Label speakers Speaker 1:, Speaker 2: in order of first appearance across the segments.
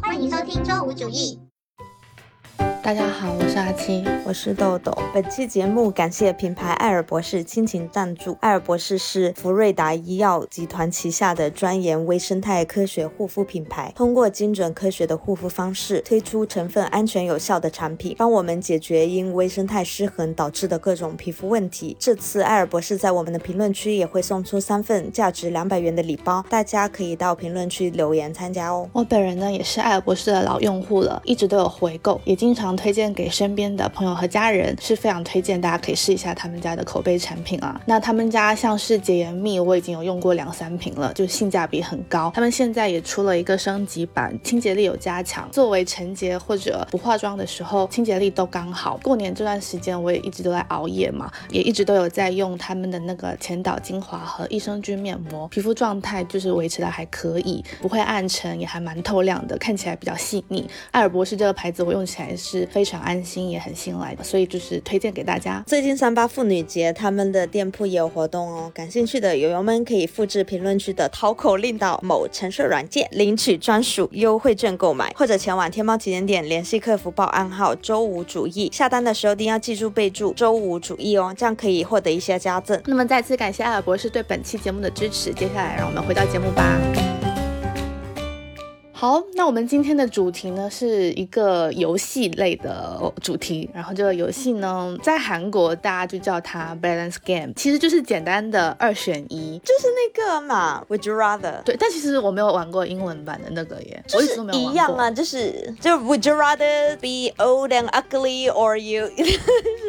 Speaker 1: 欢迎收听周五主 义。
Speaker 2: 大家好，我是阿七。
Speaker 3: 我是豆豆。本期节目感谢品牌艾尔博士亲情赞助。艾尔博士是福瑞达医药集团旗下的专研微生态科学护肤品牌，通过精准科学的护肤方式，推出成分安全有效的产品，帮我们解决因微生态失衡导致的各种皮肤问题。这次艾尔博士在我们的评论区也会送出三份价值两百元的礼包，大家可以到评论区留言参加哦。
Speaker 2: 我本人呢也是艾尔博士的老用户了，一直都有回购，也经常推荐给身边的朋友和家人，是非常推荐大家可以试一下他们家的口碑产品啊。那他们家像是洁颜蜜，我已经有用过两三瓶了，就性价比很高。他们现在也出了一个升级版，清洁力有加强，作为晨洁或者不化妆的时候，清洁力都刚好。过年这段时间我也一直都在熬夜嘛，也一直都有在用他们的那个前导精华和益生菌面膜，皮肤状态就是维持的还可以，不会暗沉，也还蛮透亮的，看起来比较细腻。艾尔博士这个牌子我用起来是非常安心，也很信赖的，所以就是推荐给大家。
Speaker 3: 最近三八妇女节，他们的店铺也有活动哦。感兴趣的友友们可以复制评论区的淘口令到某橙色软件领取专属优惠券购买，或者前往天猫旗舰店联系客服报暗号“周五主义”，下单的时候一定要记住备注“周五主义”哦，这样可以获得一些加赠。
Speaker 2: 那么再次感谢艾尔博士对本期节目的支持，接下来让我们回到节目吧。好，那我们今天的主题呢是一个游戏类的主题，然后这个游戏呢在韩国大家就叫它 balance game，其实就是简单的二选一。
Speaker 3: 就是那个嘛，Would you rather？
Speaker 2: 对，但其实我没有玩过英文版的那个耶，
Speaker 3: 就
Speaker 2: 我一直
Speaker 3: 是
Speaker 2: 都没有玩过。
Speaker 3: 一样啊，就是就 Would you rather be old and ugly or you 就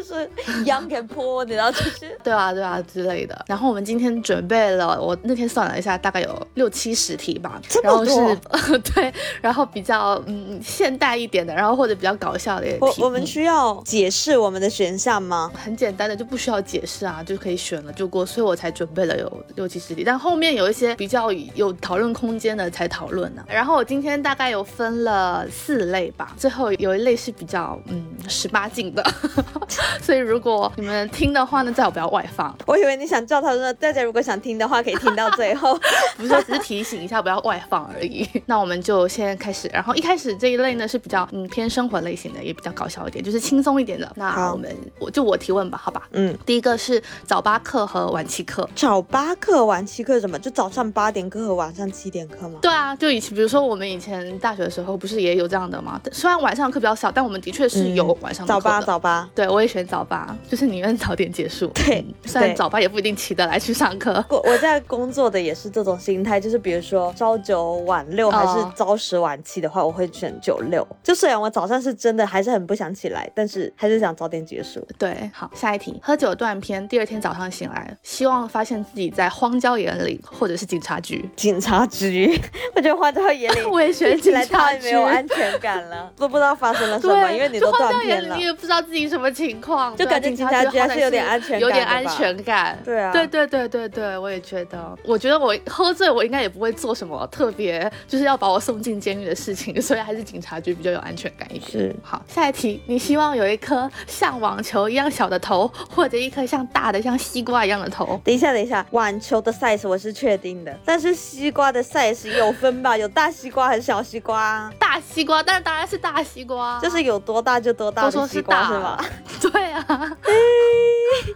Speaker 3: 是 young and poor？你知道就是。
Speaker 2: 对啊，对啊之类的。然后我们今天准备了，我那天算了一下，大概有六七十题吧。
Speaker 3: 这
Speaker 2: 然后
Speaker 3: 么
Speaker 2: 是
Speaker 3: 多
Speaker 2: 对，然后比较嗯现代一点的，然后或者比较搞笑的也
Speaker 3: 我
Speaker 2: 题
Speaker 3: 我们
Speaker 2: 目
Speaker 3: 需要解释我们的选项吗？
Speaker 2: 很简单的就不需要解释啊，就可以选了就过，所以我才准备了有六七十题，但后面有一些比较有讨论空间的才讨论呢、然后我今天大概有分了四类吧，最后有一类是比较嗯十八禁的， 所以如果你们听的话呢，最好不要外放，
Speaker 3: 我以为你想叫他说，大家如果想听的话，可以听到最 后。
Speaker 2: 不是，只是提醒一下，不要外放而已。 那我们就先开始，然后一开始这一类呢是比较嗯偏生活类型的，也比较搞笑一点，就是轻松一点的。那
Speaker 3: 好
Speaker 2: 我们我就我提问吧，好吧？
Speaker 3: 嗯，
Speaker 2: 第一个是早八课和晚七课。
Speaker 3: 早八课、晚七课什么？就早上八点课和晚上七点课吗？
Speaker 2: 对啊，就以前，比如说我们以前大学的时候，不是也有这样的吗？但虽然晚上课比较少，但我们的确是有晚上的
Speaker 3: 早
Speaker 2: 课的
Speaker 3: 八，早八。
Speaker 2: 对，我也选早八，就是宁愿早点结 束。
Speaker 3: 对
Speaker 2: 嗯虽然
Speaker 3: 对
Speaker 2: 早八也不一定起得来去上课。
Speaker 3: 我我在工作的也是这种心态，就是比如说朝九晚六还是
Speaker 2: 哦
Speaker 3: 朝十晚七的话，我会选九六。就虽然我早上是真的还是很不想起来，但是还是想早点结束。
Speaker 2: 对，好，下一题。喝酒断片，第二天早上醒来，希望发现自己在荒郊野岭或者是警察局。
Speaker 3: 警察局， 我觉得花椒野里
Speaker 2: 我也选
Speaker 3: 听起
Speaker 2: 警
Speaker 3: 来
Speaker 2: 察
Speaker 3: 太没
Speaker 2: 局。
Speaker 3: 有安全感了， 都不知道发生了什么，
Speaker 2: 对，
Speaker 3: 因为你
Speaker 2: 就
Speaker 3: 都
Speaker 2: 荒
Speaker 3: 断
Speaker 2: 郊野
Speaker 3: 片
Speaker 2: 岭
Speaker 3: 了
Speaker 2: 你。也不知道自己什么情况，
Speaker 3: 就
Speaker 2: 对
Speaker 3: 感觉
Speaker 2: 警
Speaker 3: 警
Speaker 2: 察
Speaker 3: 察局还
Speaker 2: 好
Speaker 3: 是
Speaker 2: 歹
Speaker 3: 有点安全
Speaker 2: 有点
Speaker 3: 感
Speaker 2: 安
Speaker 3: 的吧
Speaker 2: 全感。
Speaker 3: 对啊
Speaker 2: 对对对对对，我也觉得。我觉得我喝醉，我应该也不会做什么特别，就是要把我送进监狱的事情，所以还是警察局比较有安全感一点。
Speaker 3: 是
Speaker 2: 好，下一题，你希望有一颗像网球一样小的头，或者一颗像大的像西瓜一样的头？
Speaker 3: 等一下，等一下，网球的 size 我是确定的，但是西瓜的 size 有分吧？有大西瓜和小西瓜啊，
Speaker 2: 大西瓜，但当然是大西瓜，
Speaker 3: 就是有多大就多大
Speaker 2: 都
Speaker 3: 的
Speaker 2: 说
Speaker 3: 西
Speaker 2: 是
Speaker 3: 瓜
Speaker 2: 大
Speaker 3: 是吧？？
Speaker 2: 对啊，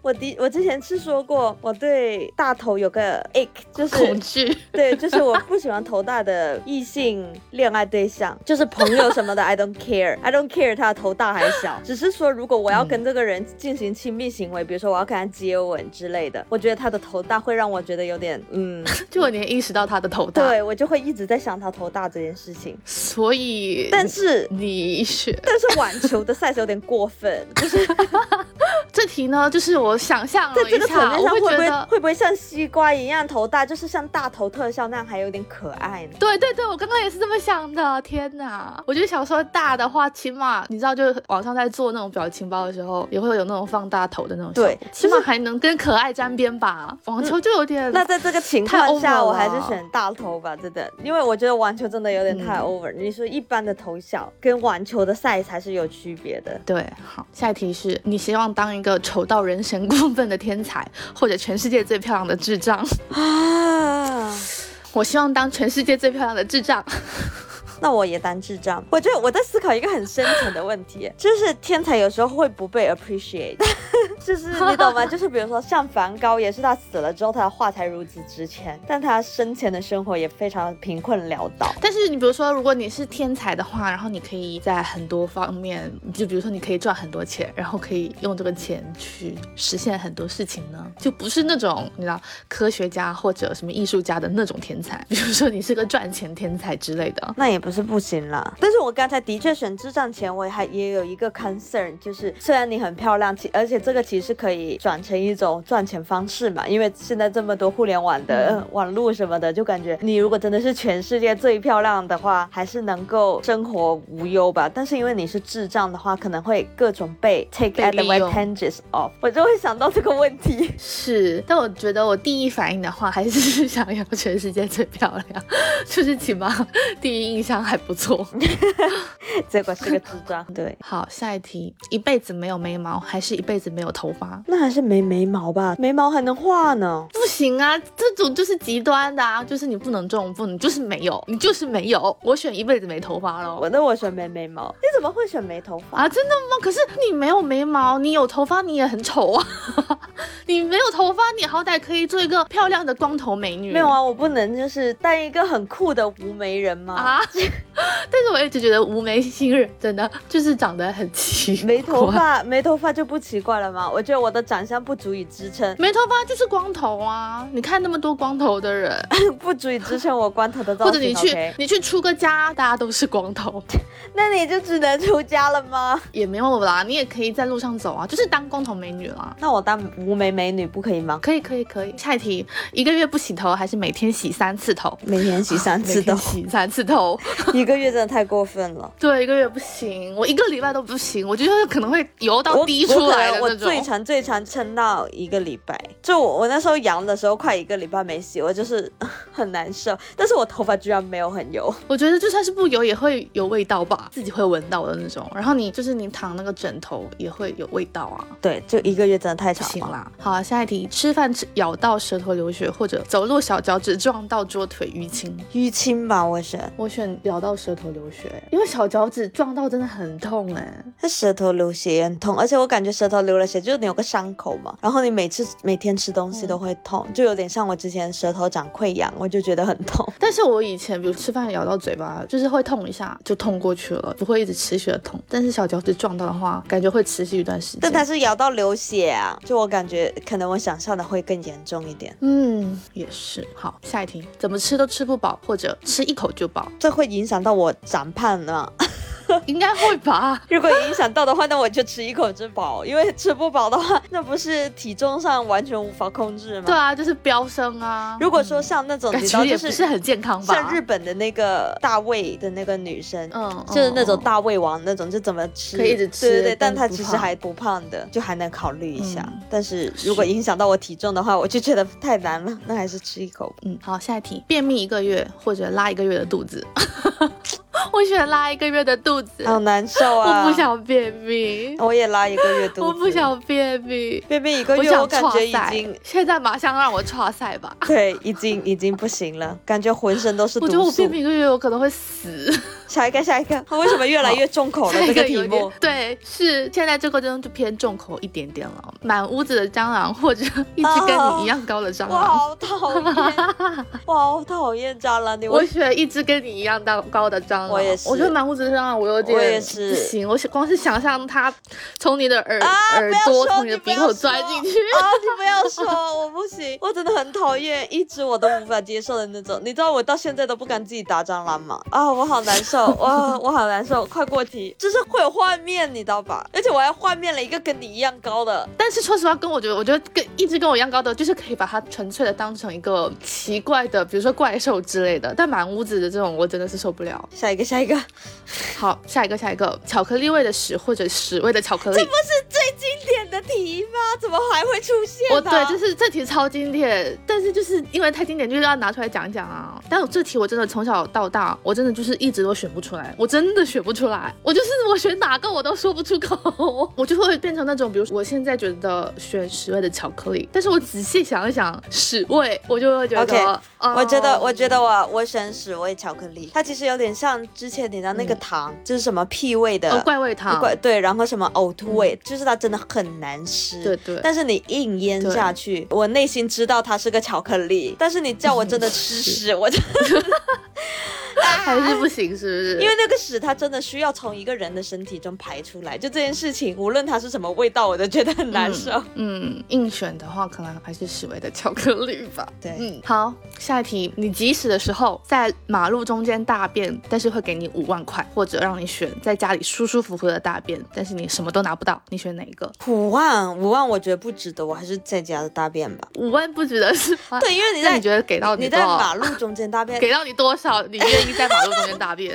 Speaker 3: 我的我之前是说过，我对大头有个 ache，就
Speaker 2: 恐
Speaker 3: 是
Speaker 2: 惧。
Speaker 3: 对，就是我不喜欢头大的异性恋爱对象，就是朋友什么的，I don't care，I don't care 他的头大还是小，只是说如果我要跟
Speaker 2: 嗯
Speaker 3: 这个人进行亲密行为，比如说我要跟他接吻之类的，我觉得他的头大会让我觉得有点嗯。
Speaker 2: 就你意识到他的头大，，
Speaker 3: 对我就会一直在想他头大这件事情。
Speaker 2: 所以
Speaker 3: 但是
Speaker 2: 你选
Speaker 3: 但是网球的 size 有点 过分，就是
Speaker 2: 这题呢，就是我想象
Speaker 3: 在
Speaker 2: 了
Speaker 3: 这
Speaker 2: 一
Speaker 3: 个层
Speaker 2: 下，
Speaker 3: 面上
Speaker 2: 我
Speaker 3: 会
Speaker 2: 会
Speaker 3: 嗯不
Speaker 2: 觉
Speaker 3: 会
Speaker 2: 得。
Speaker 3: 会不会像西瓜一样头大，就是像大头特效那样还有点可爱呢？
Speaker 2: 对对对，我刚刚也是这么想的。天哪，我就想说大的话，起码你知道，就是网上在做那种表情包的时候，也会有那种放大头的那种效果，
Speaker 3: 对
Speaker 2: 起
Speaker 3: 就
Speaker 2: 码
Speaker 3: 是
Speaker 2: 还能跟可爱沾边吧。网球就有点，
Speaker 3: 那在这个情
Speaker 2: 太
Speaker 3: 况
Speaker 2: over
Speaker 3: 下，
Speaker 2: 了
Speaker 3: 我还是选大头吧，真的，因为我觉得网球真的有点太 over、你说一般的头小跟网球的 size 还是有区别的。
Speaker 2: 对，好，下一题是你希望当一个丑到人神共愤的天才，或者全世界最漂亮的智障？
Speaker 3: 啊，
Speaker 2: 我希望当全世界最漂亮的智障。
Speaker 3: 那我也当智障。我觉得我在思考一个很深层的问题，就是天才有时候会不被 appreciate，就是你懂吗？就是比如说像梵高，也是他死了之后，他的画才如此值钱，但他生前的生活也非常贫困潦倒。
Speaker 2: 但是你比如说，如果你是天才的话，然后你可以在很多方面，就比如说你可以赚很多钱，然后可以用这个钱去实现很多事情呢，就不是那种你知道科学家或者什么艺术家的那种天才， 比如说你是个赚钱天才之类的。
Speaker 3: 那也不是不行啦。但是我刚才的确选智障前，我还也有一个 concern，就是虽然你很漂亮，其而且这个其实可以转成一种赚钱方式嘛，因为现在这么多互联网的、呃
Speaker 2: 嗯
Speaker 3: 网络什么的，就感觉你如果真的是全世界最漂亮的话，还是能够生活无忧吧。但是因为你是智障的话，可能会各种被 take
Speaker 2: 被
Speaker 3: advantages of，我就会想到这个问题。
Speaker 2: 是，但我觉得我第一反应的话，还是 想要全世界最漂亮，就是起码第一印象还不错。
Speaker 3: 结果是个智障，对。
Speaker 2: 好，下一题，一辈子没有眉毛，还是一辈子没有头发？
Speaker 3: 那还是没眉毛吧，眉毛还能画呢。
Speaker 2: 不行啊，这种就是极端的啊，就是你不能种，不能就是没有，你就是没有。我选一辈子没头发喽
Speaker 3: 我。那我选没眉毛， 你怎么会选没头发？
Speaker 2: 啊，真的吗？可是你没有眉毛，你有头发你也很丑啊。 你没有头发，你好歹可以做一个漂亮的光头美女。
Speaker 3: 没有啊，我不能就是当一个很酷的无眉人吗？
Speaker 2: 啊， 但是我一直觉得无眉星人真的就是长得很奇怪，
Speaker 3: 没头， 发，没头发就不奇怪了吗？我觉得我的长相不足以支撑，
Speaker 2: 没头发就是光头啊！你看那么多光头的人，
Speaker 3: 不足以支撑我光头的造
Speaker 2: 或
Speaker 3: 型。
Speaker 2: 者你去
Speaker 3: OK
Speaker 2: 你去出个家，大家都是光头，
Speaker 3: 那你就只能出家了吗？
Speaker 2: 也没有啦，你也可以在路上走啊，就是当光头美女啦。
Speaker 3: 那我当无眉美女不可以吗？
Speaker 2: 可以可以可以，下一题，一个月不洗头还是每天洗三次头？
Speaker 3: 每天洗三次
Speaker 2: 每天
Speaker 3: 头，
Speaker 2: 洗三次头，
Speaker 3: 一个月真的太过分了。
Speaker 2: 对，一个月不行，我一个礼拜都不行，我觉得可能会油到
Speaker 3: 我啊
Speaker 2: 滴出来的那
Speaker 3: 我可能我最
Speaker 2: 种。
Speaker 3: 长最长撑到一个礼拜，就我我那时候阳的时候快一个礼拜没洗，我就是 很难受。但是我头发居然没有很油，
Speaker 2: 我觉得就算是不油也会有味道吧，自己会闻到的那种。然后你就是你躺那个枕头也会有味道啊，
Speaker 3: 对，就一个月真的太
Speaker 2: 不
Speaker 3: 长
Speaker 2: 行
Speaker 3: 了。
Speaker 2: 啦。好，啊下一题，吃饭吃咬到舌头流血，或者走路小脚趾撞到桌腿淤青。
Speaker 3: 淤青吧，我选。
Speaker 2: 我选咬到舌头流血，因为小脚趾撞到真的很痛哎、
Speaker 3: 它舌头流血也很痛，而且我感觉舌头流了血，就是你有个伤口嘛，然后你每次每天吃东西都会痛，就有点像我之前舌头长溃疡，我就觉得很 痛。
Speaker 2: 但是我以前比如吃饭咬到嘴巴，就是会痛一下就痛过去了，不会一直持续的痛。但是小脚趾撞到的话，感觉会持续一段时
Speaker 3: 但它
Speaker 2: 间。
Speaker 3: 是咬到流血啊，就我感觉可能我想象的会更严重一点，
Speaker 2: 嗯，也是。好，下一题，怎么吃都吃不饱，或者吃一口就饱，
Speaker 3: 这会影响到我长胖呢。
Speaker 2: 应该会吧？
Speaker 3: 如果影响到的话，那我就吃一口就饱，因为吃不饱的话，那不是体重上完全无法控制 吗？
Speaker 2: 对。啊，就是飙升啊。
Speaker 3: 如果说像那种，
Speaker 2: 感
Speaker 3: 你知道
Speaker 2: 觉也
Speaker 3: 就
Speaker 2: 不是很健康吧？
Speaker 3: 像日本的那个大胃的那个女生，
Speaker 2: 嗯
Speaker 3: 就是那种
Speaker 2: 嗯
Speaker 3: 大胃王那种，就怎么吃
Speaker 2: 可以一直吃
Speaker 3: 对对对，
Speaker 2: 但
Speaker 3: 但
Speaker 2: 是
Speaker 3: 她
Speaker 2: 不
Speaker 3: 其实
Speaker 2: 胖
Speaker 3: 还不胖的，就还能考虑一下。
Speaker 2: 嗯
Speaker 3: 但是如果
Speaker 2: 是
Speaker 3: 影响到我体重的话，我就觉得太难了，那还是吃一口吧。
Speaker 2: 嗯，好，下一题，便秘一个月或者拉一个月的肚子， 我选拉一个月的肚子，
Speaker 3: 好难受啊！
Speaker 2: 我不，想便秘，
Speaker 3: 我也拉一个月肚 子，
Speaker 2: 我不。想便秘。
Speaker 3: 便秘一个
Speaker 2: 我
Speaker 3: 月，我
Speaker 2: 想
Speaker 3: 感
Speaker 2: 岔
Speaker 3: 觉已
Speaker 2: 赛
Speaker 3: 经，
Speaker 2: 现在马上让我岔赛吧。
Speaker 3: 对，已经已经不行了，感觉浑身都是
Speaker 2: 我觉得
Speaker 3: 毒
Speaker 2: 我
Speaker 3: 素
Speaker 2: 便。秘一个月，我可能会死。
Speaker 3: 下一个，下一个，为什么越来越重 口了？
Speaker 2: 这
Speaker 3: 这
Speaker 2: 个
Speaker 3: 个题
Speaker 2: 有点
Speaker 3: 目，
Speaker 2: 对，是现在这个真的就偏重口一点点了。满屋子的蟑螂，或者一只跟你一样高的蟑
Speaker 3: 我
Speaker 2: 螂。
Speaker 3: 好讨 厌，我好讨厌蟑螂，你为
Speaker 2: 我选一只跟你一样大高的蟑螂，
Speaker 3: 我也是
Speaker 2: 我觉得满屋子的蟑螂，我有点
Speaker 3: 我也是
Speaker 2: 不行，我想光是想象它从你的耳、
Speaker 3: 啊！
Speaker 2: 耳
Speaker 3: 不
Speaker 2: 朵
Speaker 3: 要说
Speaker 2: 从你的鼻孔钻进去，
Speaker 3: 啊！你不要说，我不行，我真的很讨厌，一只我都无法接受的那种。你知道我到现在都不敢自己打蟑螂吗？啊，我好难受，哇，我好难受，快过题，就是会有画面，你知道吧？而且我还幻灭了一个跟你一样高的，
Speaker 2: 但是说实话，跟我觉得，我觉得跟一只跟我一样高的，就是可以把它纯粹的当成一个奇怪的，比如说怪兽之类的。但满屋子的这种，我真的是受不了。
Speaker 3: 下一个，下一个，这
Speaker 2: 好，下一个，下一个，巧克力味的屎或者屎味的巧克力。
Speaker 3: 不是最经典的题吗？怎么还会出现
Speaker 2: 我
Speaker 3: 呢？
Speaker 2: 对，就是这题超经典，但是就是因为太经典，就是要拿出来讲一讲啊。但我这题我真的从小到大，我真的就是一直都选不出来，我真的选不出来，我就是我选哪个我都说不出口， 我就会变成那种，比如说我现在觉得选屎味的巧克力，但是我仔细想一想屎味，我就会觉得
Speaker 3: OK，
Speaker 2: 哦
Speaker 3: 我觉得，我觉得我我选屎味巧克力，它其实有点像之前你的那个糖，就是什么屁味的、
Speaker 2: 嗯哦怪味糖，
Speaker 3: 怪对，然后什么呕吐味，就是它真的很难吃。
Speaker 2: 对对
Speaker 3: 但是你硬咽
Speaker 2: 对
Speaker 3: 下去，我内心知道它是个巧克力，但是你叫我真的 吃屎，我就
Speaker 2: 还是不行，是不是？
Speaker 3: 因为那个屎它真的需要从一个人的身体中排出来，就这件事情，无论它是什么味道，我都觉得很难受。
Speaker 2: 嗯，硬选的话，可能还是史维的巧克力吧。
Speaker 3: 对
Speaker 2: 嗯，好，下一题，你急屎的时候在马路中间大便，但是会给你五万块，或者让你选在家里舒舒服服的大便，但是你什么都拿不到，你选哪一个？
Speaker 3: 五万，五万，我觉得不值得，我还是在家的大便吧。
Speaker 2: 五万不值得是吧？
Speaker 3: 对，因为你
Speaker 2: 啊那
Speaker 3: 在
Speaker 2: 你觉得给到
Speaker 3: 你
Speaker 2: 多
Speaker 3: 在
Speaker 2: 少？
Speaker 3: 马路中间大 便，
Speaker 2: 给到你多少？你愿意在马路中间大便？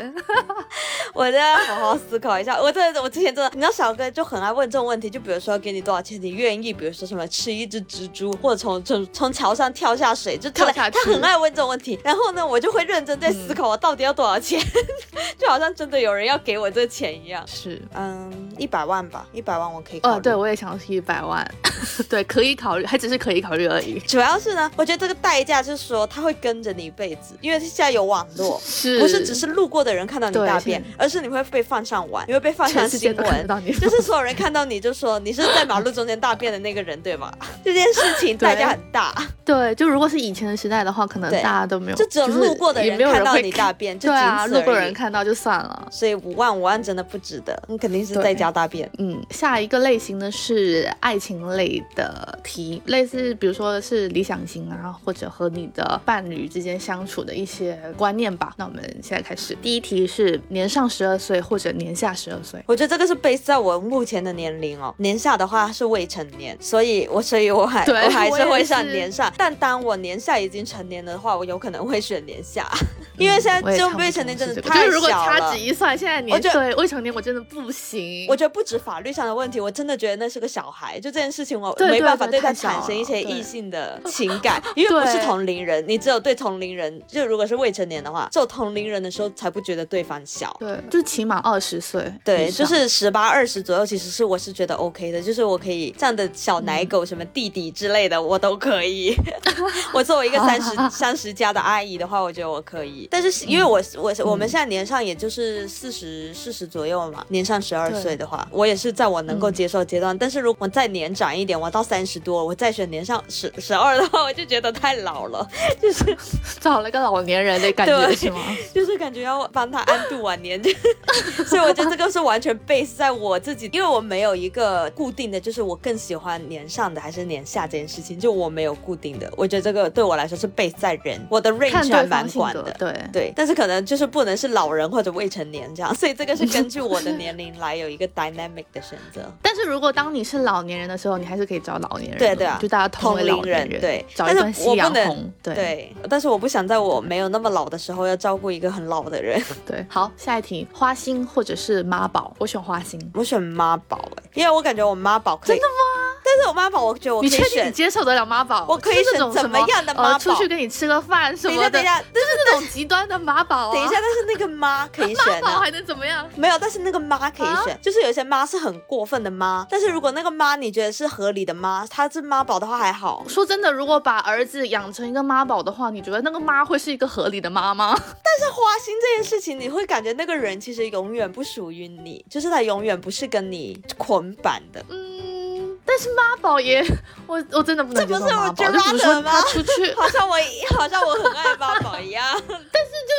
Speaker 3: 我再好好思考一下。我真的，我之前真的，你知道小哥就很爱问这种问题，就比如说给你多少钱，你愿意，比如说什么吃一只蜘蛛，或者从从从桥上跳下嗯水，就真的
Speaker 2: 跳下去
Speaker 3: 他很爱问这种问题。然后呢，我就会认真在思考我到底要多少钱， 就好像真的有人要给我这钱一样。 哦
Speaker 2: 是。
Speaker 3: 嗯，一百万吧，一百万我可以考虑。
Speaker 2: 呃，对，我也想是一百万， 对，可以考虑，还只是可以考虑而已。
Speaker 3: 主要是呢，我觉得这个代价就是说，它会跟着你一辈子，因为现在有网络，
Speaker 2: 是，
Speaker 3: 不是只是路过的人看到你
Speaker 2: 对
Speaker 3: 大便
Speaker 2: 现，
Speaker 3: 而是你会被放上网，你会被放上
Speaker 2: 全世界
Speaker 3: 新
Speaker 2: 都看得
Speaker 3: 闻，
Speaker 2: 到 你？
Speaker 3: 就是所有人看到你就说你是在马路中间大便的那个人，对吧？这件事情代价很大，
Speaker 2: 对，就如果是以前的时代的话，可能
Speaker 3: 对
Speaker 2: 大家都没有，
Speaker 3: 就只有
Speaker 2: 是
Speaker 3: 路过的
Speaker 2: 也
Speaker 3: 人
Speaker 2: 没有
Speaker 3: 看到
Speaker 2: 会
Speaker 3: 你大便，就
Speaker 2: 对
Speaker 3: 仅
Speaker 2: 啊，
Speaker 3: 此
Speaker 2: 路过
Speaker 3: 而
Speaker 2: 人
Speaker 3: 已。
Speaker 2: 看到就算了。
Speaker 3: 所以五万五万真的不值得，你肯定是
Speaker 2: 对
Speaker 3: 在家大便。
Speaker 2: 嗯，下一个类型呢是爱情类的题，类似比如说是理想型啊，或者和你的伴侣之间相处的一些观念吧。那我们现在开始，第一题是年上十二岁或者年下十二岁。
Speaker 3: 我觉得这个是 base 在我目前的年龄哦，年下的话是未成年，所以我所以我还
Speaker 2: 对
Speaker 3: 还
Speaker 2: 我
Speaker 3: 是
Speaker 2: 也
Speaker 3: 会上
Speaker 2: 是
Speaker 3: 年上，但当我年下已经成年的话，我有可能会选年下， 因为
Speaker 2: 嗯
Speaker 3: 现
Speaker 2: 我
Speaker 3: 在
Speaker 2: 也
Speaker 3: 就
Speaker 2: 差不多
Speaker 3: 未成年真
Speaker 2: 是
Speaker 3: 的
Speaker 2: 这个就
Speaker 3: 太
Speaker 2: 是如果
Speaker 3: 小
Speaker 2: 掐
Speaker 3: 了
Speaker 2: 指。一算，现在
Speaker 3: 我
Speaker 2: 年
Speaker 3: 觉得
Speaker 2: 对未成年我真的不行。
Speaker 3: 我觉得不止法律上的问题，我真的觉得那是个小孩。就这件事情，我
Speaker 2: 对
Speaker 3: 没
Speaker 2: 对
Speaker 3: 办法
Speaker 2: 对
Speaker 3: 对他
Speaker 2: 太小
Speaker 3: 产生一
Speaker 2: 了
Speaker 3: 些
Speaker 2: 对
Speaker 3: 异性的情感，因为不是
Speaker 2: 对
Speaker 3: 同龄人，你只有对同龄人，就如果是未成年的话，只有同龄人的时候才不觉得对方小。
Speaker 2: 对，就起码二十岁以上。
Speaker 3: 对，就是十八二十左右，其实是我是觉得 OK 的，就是我可以这样的
Speaker 2: 嗯
Speaker 3: 小奶狗、什么弟弟之类的，我都可以。 我作为一个三 十三十加的阿姨的话，我觉得我可以。但是
Speaker 2: 嗯
Speaker 3: 因为我我我们现在年上也就是四十四十左右嘛，年上十二
Speaker 2: 对嗯
Speaker 3: 岁的话，我也是在我能够接受的阶段。但是如果再年长一点，我到三十多，我再选年上十十二的话，我就觉得太老了，就是
Speaker 2: 找了一个老年人的感觉
Speaker 3: 对
Speaker 2: 是吗？
Speaker 3: 就是感觉要帮他安度晚年， 所以我觉得这个是完全 base 在我自己，因为我没有一个固定的，就是我更喜欢年上的还是年下这件事情，就我没有固定的。我觉得这个对我来说是 base 在人，我的
Speaker 2: 看
Speaker 3: range 还
Speaker 2: 对方
Speaker 3: 蛮
Speaker 2: 性
Speaker 3: 广
Speaker 2: 格
Speaker 3: 的。
Speaker 2: 对。
Speaker 3: 对，但是可能就是不能是老人或者未成年这样，所以这个是根据我的年龄来有一个 dynamic 的选择。
Speaker 2: 但是如果当你是老年人的时候，你还是可以找老年人的，
Speaker 3: 对啊对啊
Speaker 2: 就大家同为老
Speaker 3: 同龄
Speaker 2: 年
Speaker 3: 人对
Speaker 2: 找一段夕阳
Speaker 3: 但是我不
Speaker 2: 红， 对
Speaker 3: 对，但是我不想在我没有那么老的时候要照顾一个很老的人。
Speaker 2: 对好，下一题，花心或者是妈宝，我选花心。
Speaker 3: 我选妈宝、欸，因为我感觉我妈宝可以。真的吗？但是我妈宝，我觉得我可
Speaker 2: 你
Speaker 3: 以
Speaker 2: 确定
Speaker 3: 选
Speaker 2: 你。接受得了妈宝？
Speaker 3: 我可以
Speaker 2: 是那
Speaker 3: 选
Speaker 2: 种
Speaker 3: 怎
Speaker 2: 什
Speaker 3: 么样的妈宝
Speaker 2: 呃出去跟你吃个饭什
Speaker 3: 等一
Speaker 2: 么
Speaker 3: 下，
Speaker 2: 的，
Speaker 3: 等一下，
Speaker 2: 就是那种极端的妈宝啊。
Speaker 3: 等一下，，但是那 个妈可以
Speaker 2: 妈
Speaker 3: 选
Speaker 2: 宝
Speaker 3: 啊。
Speaker 2: 还能怎么样？
Speaker 3: 没有，但是那个妈可以
Speaker 2: 啊
Speaker 3: 选，就是有一些妈是很过分的妈，但是如果那个妈你觉得是合理的妈，她是妈宝的话还好，
Speaker 2: 说真的，如果把儿子养成一个妈宝的话，你觉得那个妈会是一个合理的妈吗？
Speaker 3: 但是花心这件事情，你会感觉那个人其实永远不属于你，就是他永远不是跟你捆绑的。
Speaker 2: 嗯， 但是妈宝也， 我我真的不能接
Speaker 3: 这不
Speaker 2: 受
Speaker 3: 是
Speaker 2: 妈
Speaker 3: 我
Speaker 2: 宝，就比如
Speaker 3: Gerard
Speaker 2: 说他
Speaker 3: 的吗
Speaker 2: 出去，
Speaker 3: 好像我好像我很爱妈宝一样，
Speaker 2: 就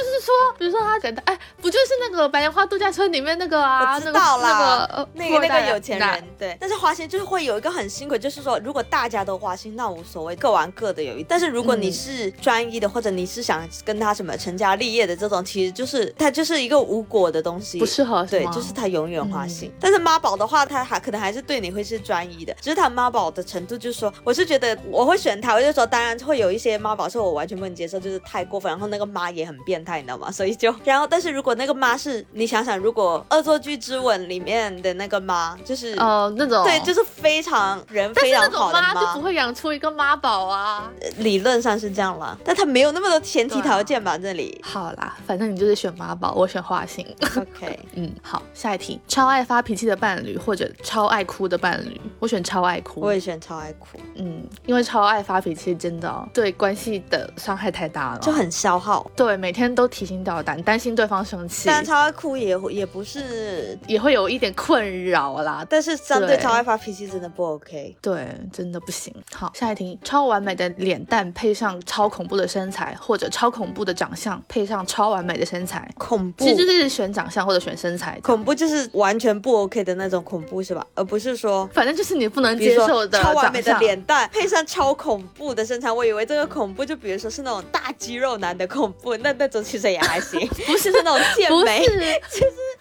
Speaker 2: 是说，比如说他觉得，哎，不就是那个白莲花度假村里面那个啊，
Speaker 3: 我知
Speaker 2: 那个
Speaker 3: 道啦
Speaker 2: 那个呃
Speaker 3: 那个那个有钱，
Speaker 2: 呃富二代
Speaker 3: 人对，但是花心就是会有一个很辛苦，就是说如果大家都花心，那无所谓，各玩各的有一。但是如果你
Speaker 2: 嗯
Speaker 3: 是专一的，或者你是想跟他什么成家立业的这种，其实就是它就是一个无果的东西，
Speaker 2: 不适合是
Speaker 3: 对，
Speaker 2: 吗
Speaker 3: 就是他永远花
Speaker 4: 嗯
Speaker 3: 心。但是妈宝的话，他还可能还是对你会是专一的，只是他妈宝的程度，就是说，我是觉得我会选他，我就说，当然会有一些妈宝是我完全不能接受，就是太过分，然后那个妈也很变变态，你知道吗？所以就然后，但是如果那个妈是你想想，如果《恶作剧之吻》里面的那个妈就是
Speaker 2: 哦
Speaker 4: 呃，那种
Speaker 3: 对，就是非常人
Speaker 4: 但
Speaker 3: 非
Speaker 4: 是那
Speaker 3: 常
Speaker 4: 种
Speaker 3: 好的
Speaker 4: 妈就不会养出一个妈宝啊。
Speaker 3: 理论上是这样啦，但他没有那么多前提
Speaker 4: 对啊
Speaker 3: 条件吧？这里
Speaker 2: 好啦，反正你就是选妈宝，我选花心。
Speaker 3: ，OK，
Speaker 2: 嗯，好，下一题，超爱发脾气的伴侣或者超爱哭的伴侣，我选超爱哭。
Speaker 3: 我也选超爱哭，
Speaker 2: 嗯，因为超爱发脾气，真的、哦、对关系的伤害太大了，
Speaker 3: 就很消耗。
Speaker 2: 对，每天都提心吊胆，担心对方生气，
Speaker 3: 但超爱哭也也不是，
Speaker 2: 也会有一点困扰啦。
Speaker 3: 但是相对
Speaker 2: 对
Speaker 3: 超爱发脾气真的不 OK。
Speaker 2: 对，真的不行。好，下一题，超完美的脸蛋配上超恐怖的身材，或者超恐怖的长相配上超完美的身材，
Speaker 3: 恐怖
Speaker 2: 其实就是选长相或者选身材，
Speaker 3: 恐怖就是完全不 OK 的那种恐怖是吧？而不是说。
Speaker 2: 反正就是你不能
Speaker 3: 比如
Speaker 2: 接受
Speaker 3: 说
Speaker 2: 的
Speaker 3: 超完
Speaker 2: 长
Speaker 3: 美的
Speaker 2: 相。
Speaker 3: 脸蛋，配上超恐怖的身材，我以为这个恐怖就比如说是那种大肌肉男的恐怖，那那种其实也还 行，不是那种健
Speaker 2: 不
Speaker 3: 美，
Speaker 2: 是，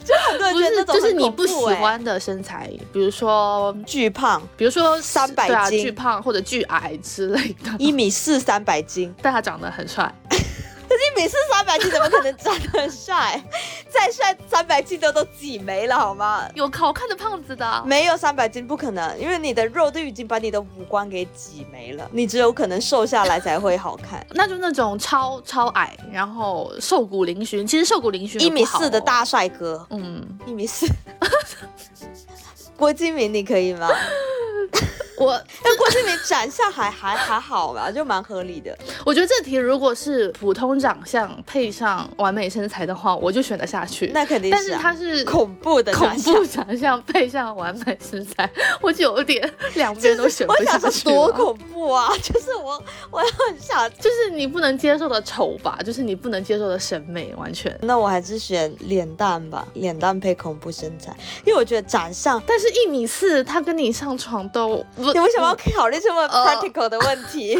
Speaker 3: 就很多人
Speaker 2: 不
Speaker 3: 觉得
Speaker 2: 是
Speaker 3: 那，种
Speaker 2: 就是
Speaker 3: 很
Speaker 2: 你
Speaker 3: 恐怖
Speaker 2: 不喜
Speaker 3: 欸
Speaker 2: 欢的身材，比如说，
Speaker 3: 巨胖，
Speaker 2: 比如说
Speaker 3: 300
Speaker 2: 对啊，
Speaker 3: 斤
Speaker 2: 巨胖或者巨矮之类的。
Speaker 3: 一米四三百斤，
Speaker 2: 但他长得很帅，
Speaker 3: 一米四三百斤怎么可能长得很帅？ 再帅三百斤的都挤没了好吗？
Speaker 2: 有好看的胖子的啊。
Speaker 3: 没有三百斤不可能，因为你的肉都已经把你的五官给挤没了，你只有可能瘦下来才会好看。
Speaker 2: 那就那种超超矮，然后瘦骨嶙峋。其实瘦骨嶙峋也
Speaker 3: 一米
Speaker 2: 不好
Speaker 3: 四的
Speaker 2: 哦，
Speaker 3: 大帅哥，
Speaker 2: 嗯，
Speaker 3: 一米四。郭敬明，你可以吗？
Speaker 2: 我
Speaker 3: 但郭敬明长相还还还好吧，就蛮合理 的。
Speaker 2: 我觉得这题如果是普通长相配上完美身材的话，我就选得下去。
Speaker 3: 那肯定
Speaker 2: 但
Speaker 3: 是、
Speaker 2: 是
Speaker 3: 啊、
Speaker 2: 他是
Speaker 3: 恐怖的长
Speaker 2: 恐
Speaker 3: 相
Speaker 2: 怖长相配上完美身材，我就有点两边都选不
Speaker 3: 我
Speaker 2: 下
Speaker 3: 想
Speaker 2: 去了。
Speaker 3: 说多恐怖啊！ 就是我，我很想。
Speaker 2: 就是你不能接受的丑吧，就是你不能接受的审美，完全。
Speaker 3: 那我还是选脸蛋吧，脸蛋配恐怖身材，因为我觉得长相。
Speaker 2: 但是，一米四，他跟你上床都，你
Speaker 3: 你为什么要考虑 这么
Speaker 2: 呃
Speaker 3: practical 的问题？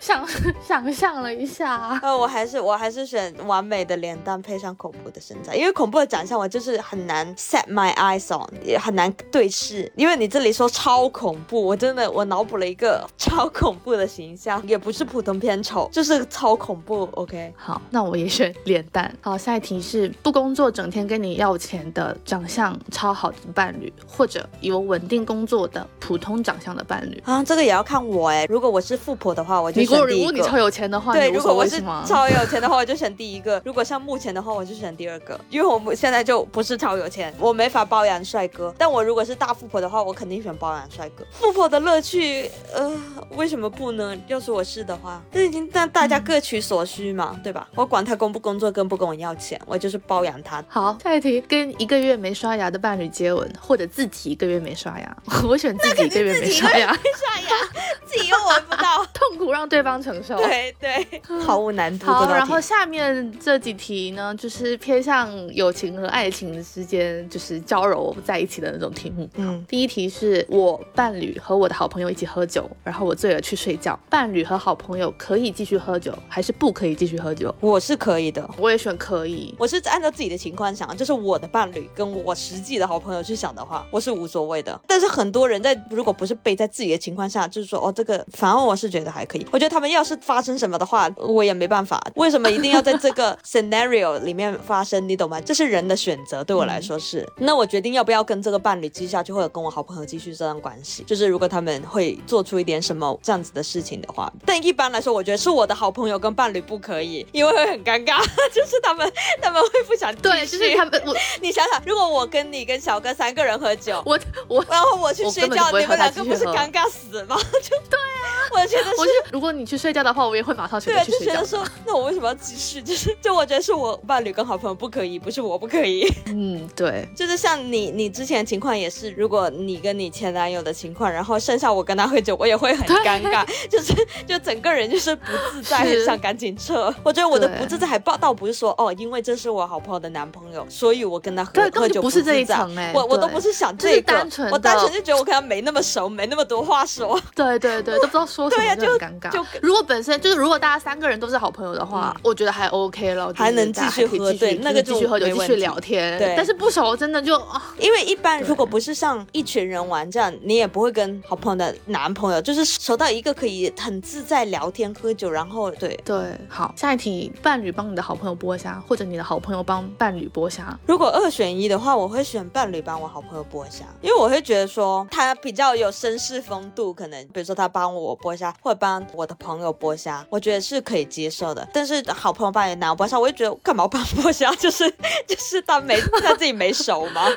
Speaker 2: 想想象了一下？啊
Speaker 3: 呃，我还是我还是选完美的脸蛋配上恐怖的身材，因为恐怖的长相我就是很难 set my eyes on，也很难对视。因为你这里说超恐怖，我真的我脑补了一个超恐怖的形象，也不是普通偏丑，就是超恐怖。OK，
Speaker 2: 好，那我也选脸蛋。好，下一题是不工作整天跟你要钱的长相超好的伴侣，或者有稳定工作的普通长相的伴侣。
Speaker 3: 啊，这个也要看我哎。如果我是富婆的话，我就
Speaker 2: 你
Speaker 3: 选
Speaker 2: 如果
Speaker 3: 第
Speaker 2: 如
Speaker 3: 一
Speaker 2: 果你超
Speaker 3: 个。
Speaker 2: 有钱的话，
Speaker 3: 对，
Speaker 2: 你无
Speaker 3: 如果
Speaker 2: 所
Speaker 3: 我
Speaker 2: 谓是
Speaker 3: 是
Speaker 2: 吗？
Speaker 3: 超有钱的话，我就选第一个；如果像目前的话，我就选第二个，因为我目现在就不是超有钱，我没法包养帅哥。但我如果是大富婆的话，我肯定选包养帅哥。富婆的乐趣，呃，为什么不呢？要是我是的话，那已经让大
Speaker 2: 嗯
Speaker 3: 家各取所需嘛，对吧？我管他工不工作，跟不跟我要钱，我就是包养 他。
Speaker 2: 好，下一题，跟一个月没刷牙的伴侣接吻，或者自己一个月没刷牙。 我选自己一个月没刷牙，。
Speaker 3: 哎呀，自己又闻不到
Speaker 2: 痛苦让对方承受。
Speaker 3: 对 对，毫无难度。这
Speaker 2: 好，
Speaker 3: 道
Speaker 2: 然后
Speaker 3: 题
Speaker 2: 下面这几题呢，就是偏向友情和爱情之间就是交揉在一起的那种题目。
Speaker 3: 嗯，
Speaker 2: 第一题是我伴侣和我的好朋友一起喝酒，然后我醉了去睡觉。伴侣和好朋友可以继续喝酒，还是不可以继续喝酒？
Speaker 3: 我是可以的。
Speaker 2: 我也选可以。
Speaker 3: 我是按照自己的情况想，就是我的伴侣跟我实际的好朋友去想的话，我是无所谓的。但是很多人在如果不是背在自己的情况下，就是说哦，这个反正我是觉得还可以。我觉得他们要是发生什么的话，我也没办法。为什么一定要在这个 scenario 里面发生？你懂吗？这是人的选择，对我来说是。那我决定要不要跟这个伴侣继续下去，或者跟我好朋友继续这段关系。就是如果他们会做出一点什么这样子的事情的话，但一般来说，我觉得是我的好朋友跟伴侣不可以，因为会很尴尬，就是他们他们会不想继续
Speaker 2: 对，就是他。们，我
Speaker 3: 你想想，如果我跟你跟小哥三个人喝酒，
Speaker 2: 我我
Speaker 3: 然后我去
Speaker 2: 我
Speaker 3: 睡
Speaker 2: 根本
Speaker 3: 觉，
Speaker 2: 就不会
Speaker 3: 你们
Speaker 2: 和他
Speaker 3: 两个
Speaker 2: 继续
Speaker 3: 不是
Speaker 2: 喝
Speaker 3: 尴尬死吗？就对啊，我觉得
Speaker 2: 我
Speaker 3: 是
Speaker 2: 就如果你去睡觉的话，我也会马上选择
Speaker 3: 对，
Speaker 2: 去
Speaker 3: 就
Speaker 2: 睡
Speaker 3: 觉
Speaker 2: 觉
Speaker 3: 得。说，那我为什么要继续？就是，就我觉得 是我伴侣跟好朋友不可以，不是我不可以。
Speaker 2: 嗯，对。
Speaker 3: 就是像你，你之前的情况也是，如果你跟你前男友的情况，然后剩下我跟他喝酒，我也会很尴尬，就是就整个人就是不自在，
Speaker 2: 是
Speaker 3: 很想赶紧撤。我觉得我的
Speaker 2: 对
Speaker 3: 不自在还报倒不是说哦，因为这是我好朋友的男朋友，所以我跟他喝
Speaker 2: 对根
Speaker 3: 喝
Speaker 2: 本
Speaker 3: 酒
Speaker 2: 就不是
Speaker 3: 自在
Speaker 2: 这一层哎
Speaker 3: 我我都
Speaker 2: 对
Speaker 3: 欸不是想
Speaker 2: 就是
Speaker 3: 这个，
Speaker 2: 单纯
Speaker 3: 我单纯
Speaker 2: 的
Speaker 3: 就觉得我跟他没那么熟，没那么多话说。
Speaker 2: 对对对，都不知道说什
Speaker 3: 对呀
Speaker 2: 么，
Speaker 3: 就
Speaker 2: 很尴
Speaker 3: 就嗯
Speaker 2: 尬。如果本身就是如果大家三个人都是好朋友的话，我觉得还 OK 了，
Speaker 3: 还能
Speaker 2: 就是大家
Speaker 3: 继续
Speaker 2: 可以
Speaker 3: 喝
Speaker 2: 继续
Speaker 3: 对
Speaker 2: 就是
Speaker 3: 那个就
Speaker 2: 继续喝酒，
Speaker 3: 没问
Speaker 2: 继续
Speaker 3: 题
Speaker 2: 聊天。
Speaker 3: 对
Speaker 2: 但是不熟真的就啊，
Speaker 3: 因为一般如果不是像一群人玩这样，你也不会跟好朋友的男朋友，就是熟到一个可以很自在聊天喝酒，然后对。
Speaker 2: 对。好，下一题，伴侣帮你的好朋友剥虾，或者你的好朋友帮伴侣剥虾。
Speaker 3: 如果二选一的话，我会选伴侣帮我好朋友剥虾，因为我会觉得说他比较有绅士风度，可能比如说他帮我剥虾，或者帮我的朋友剥虾，我觉得是可以接受的。但是好朋友帮你拿剥虾，我会觉得干嘛帮剥虾？就是 就是他没他自己没手吗？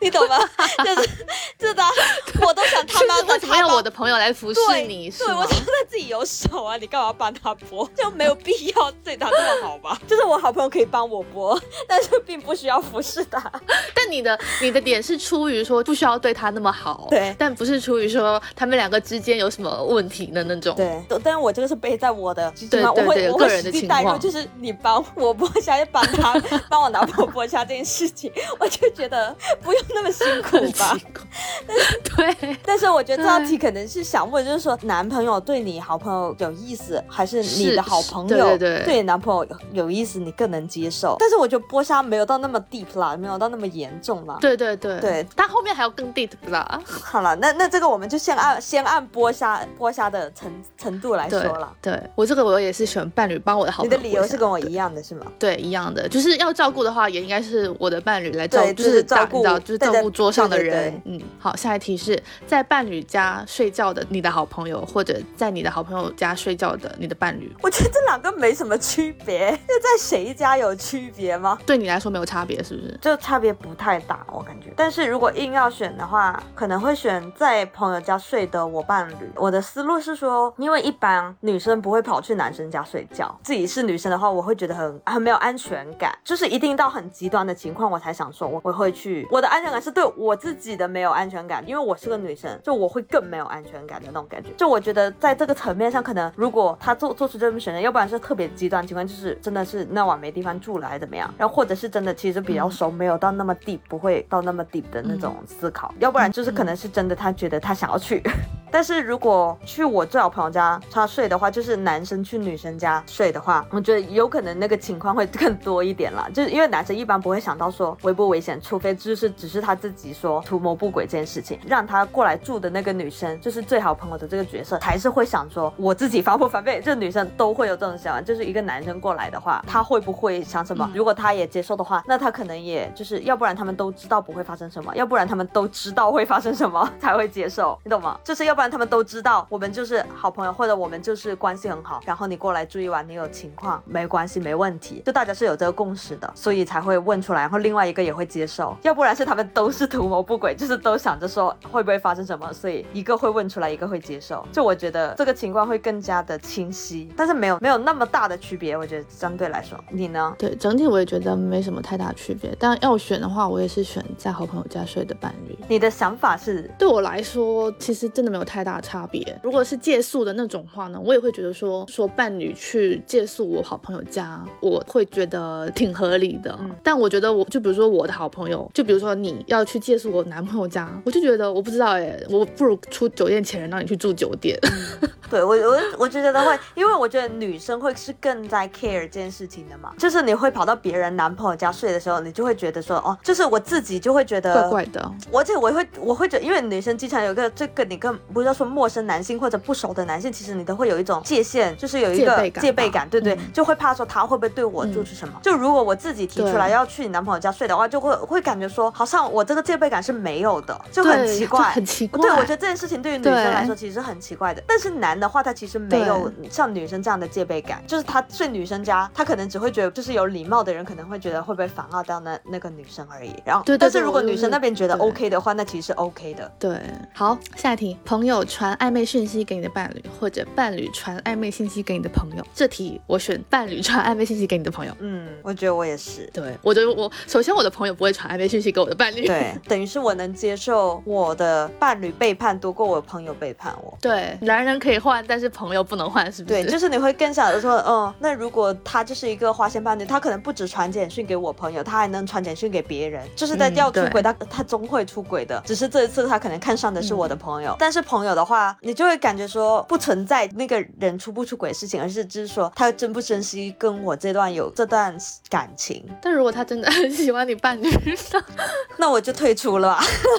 Speaker 3: 你懂吗？就是就是他，我都想他妈
Speaker 2: 就是为
Speaker 3: 的
Speaker 2: 什
Speaker 3: 他
Speaker 2: 么要
Speaker 3: 帮
Speaker 2: 我的朋友来服侍
Speaker 3: 对
Speaker 2: 你？是
Speaker 3: 对，
Speaker 2: 吗
Speaker 3: 我觉？得自己有手啊，你干嘛帮他剥？就没有必要对他这么好吧？ 就是我好朋友可以帮我剥，但是并不需要服侍他。
Speaker 2: 但你的你的点是出于说不需要对他那么好，
Speaker 3: 对
Speaker 2: 但不是出于说他们两个之间有什么问题的那种。
Speaker 3: 对，但是我这个是背在我的基础上，
Speaker 2: 对对
Speaker 3: 我会
Speaker 2: 对
Speaker 3: 我会
Speaker 2: 个人
Speaker 3: 实
Speaker 2: 的
Speaker 3: 际
Speaker 2: 情
Speaker 3: 代入，
Speaker 2: 况
Speaker 3: 就是你帮我剥虾，就帮他帮我拿我剥虾这件事情，我就觉得不用那么辛苦
Speaker 2: 很
Speaker 3: 吧
Speaker 2: 奇。怪， 对，
Speaker 3: 但是我觉得这道题
Speaker 2: 对
Speaker 3: 可能是想问，就是说男朋友对你好朋友有意思，还是你
Speaker 2: 是
Speaker 3: 的好朋
Speaker 2: 是
Speaker 3: 友
Speaker 2: 对对对
Speaker 3: 你男朋友有有意思，你更能接受。但是我觉得剥虾没有到那么 deep 啦，没有到那么严重 啦。
Speaker 2: 对对对
Speaker 3: 对，
Speaker 2: 但后面还有更 deep 啦。
Speaker 3: 好了，那那这个我们就先按先按剥虾剥虾的程程度来说
Speaker 2: 对
Speaker 3: 了。，
Speaker 2: 对我这个我也是选伴侣帮我的好
Speaker 3: 你
Speaker 2: 朋
Speaker 3: 的
Speaker 2: 友。
Speaker 3: 理由是跟我一样的是吗？
Speaker 2: 对一样的，就是要照顾的话，也应该是我的伴侣来照，
Speaker 3: 对
Speaker 2: 就
Speaker 3: 就是
Speaker 2: 是
Speaker 3: 照
Speaker 2: 大
Speaker 3: 顾
Speaker 2: 你知道就是
Speaker 3: 大
Speaker 2: 照
Speaker 3: 家
Speaker 2: 顾桌上的
Speaker 3: 对对
Speaker 2: 人。嗯，好，下一题是在伴侣家睡觉的你的好朋友，或者在你的好朋友家睡觉的你的伴侣，
Speaker 3: 我觉得这两个没什么区别， 就在谁家有区别吗？
Speaker 2: 对你来说没有差别，是不是？
Speaker 3: 就差别不太大，哦我感觉。但是如果硬要选的话，可能会选在朋友家睡的我伴侣。我的思路是说，因为一般女生不会跑去男生家睡觉，自己是女生的话，我会觉得很很没有安全感，就是一定到很极端的情况，我才想说我我会去。我的安全感是对我自己的没有安全感，因为我是个女生，就我会更没有安全感的那种感觉。就我觉得在这个层面上，可能如果他做做出这种选择，要不然是特别极端情况，就是真的是那晚没地方住了，还是怎么样，然后或者是真的其实比较熟，没有到那么 deep，不会到那么 deep 的那种思考，要不然就是可能是真的他觉得他想要去。 但是如果去我最好朋友家他睡的话，就是男生去女生家睡的话，我觉得有可能那个情况会更多一点啦。就是因为男生一般不会想到说危不危险，除非就是只是他自己说图谋不轨这件事情，让他过来住的那个女生，就是最好朋友的这个角色，才是会想说我自己防不防备。这女生都会有这种想法，就是一个男生过来的话，他会不会想什么？如果他也接受的话，那他可能也就是要不然他们都知道不会发生什么，要不然他们都知道会发生什么 才会接受，你懂吗？就是要不然他们都知道我们就是好朋友，或者我们就是关系很好，然后你过来住一晚，你有情况没关系，没问题，就大家是有这个共识的，所以才会问出来，然后另外一个也会接受，要不然是他们都是图谋不轨，就是都想着说会不会发生什么，所以一个会问出来，一个会接受，就我觉得这个情况会更加的清晰，但是没有没有那么大的区别，我觉得相对来说，你呢？
Speaker 2: 对，整体我也觉得没什么太大区别。但要选的话，我也是选在好朋友家睡的伴侣。
Speaker 3: 你的想法是
Speaker 2: 对我来说，其实真的没有太大差别。如果是借宿的那种话呢，我也会觉得说说伴侣去借宿我好朋友家，我会觉得挺合理的。
Speaker 3: 嗯
Speaker 2: 但我觉得我就比如说我的好朋友，就比如说你要去借宿我男朋友家，我就觉得我不知道哎，我不如出酒店钱让你去住酒店。
Speaker 3: 对我，我我就觉得会，因为我觉得女生会是更在 care 这件事情的嘛，就是你会跑到别人男朋友家睡的时候，你就会觉得说，哦，就是我自己就会觉得
Speaker 2: 怪怪的，
Speaker 3: 我而且我会我会觉得，因为女生经常有一个这个你跟不是说陌生男性或者不熟的男性，其实你都会有一种界限，就是有一
Speaker 2: 戒
Speaker 3: 个
Speaker 2: 备感吧
Speaker 3: 戒备感，对对，
Speaker 2: 嗯
Speaker 3: 就会怕说他会不会对我做出什么。就如果我自己提出来
Speaker 2: 对
Speaker 3: 要去你男朋友家睡的话，就会会感觉说好像我这个戒备感是没有的，就很
Speaker 2: 对
Speaker 3: 奇
Speaker 2: 就
Speaker 3: 怪，
Speaker 2: 很奇怪。
Speaker 3: 对，我觉得这件事情对于女生来
Speaker 2: 对
Speaker 3: 说其实是很奇怪的，但是男的话，他其实没有像女生这样的戒备感，就是他睡女生家，他可能只会觉得就是有礼貌的人可能会觉得会不会妨碍到那那个女生而已。然后，
Speaker 2: 对对
Speaker 3: 但是
Speaker 2: 对
Speaker 3: 如果
Speaker 2: 我就
Speaker 3: 女生
Speaker 2: 是
Speaker 3: 那边觉得
Speaker 2: 对
Speaker 3: OK 的话，那其实是 OK 的。
Speaker 2: 对，好，下一题，朋朋友传暧昧讯息给你的伴侣，或者伴侣传暧昧信息给你的朋友。这题我选伴侣传暧昧信息给你的朋友。
Speaker 3: 嗯，我觉得我也 是。
Speaker 2: 对，我觉得我首先我的朋友不会传暧昧讯息给我的伴侣。
Speaker 3: 对，等于是我能接受我的伴侣背叛多过我朋友背叛我。
Speaker 2: 对，男人可以换，但是朋友不能换，是不是？
Speaker 3: 对，就是你会更想着说，嗯，那如果他就是一个花心伴侣，他可能不止传简讯给我朋友，他还能传简讯给别人，就是在
Speaker 2: 嗯
Speaker 3: 要出
Speaker 2: 对
Speaker 3: 轨，他他总会出轨的。只是这一次他可能看上的是我
Speaker 2: 嗯
Speaker 3: 的朋友，但是朋友的话，你就会感觉说不存在那个人出不出轨的事情，而是只是说他珍不珍惜跟我这段有这段感情，
Speaker 2: 但如果他真的 很喜欢你伴侣呢，
Speaker 3: 那我就退出了吧，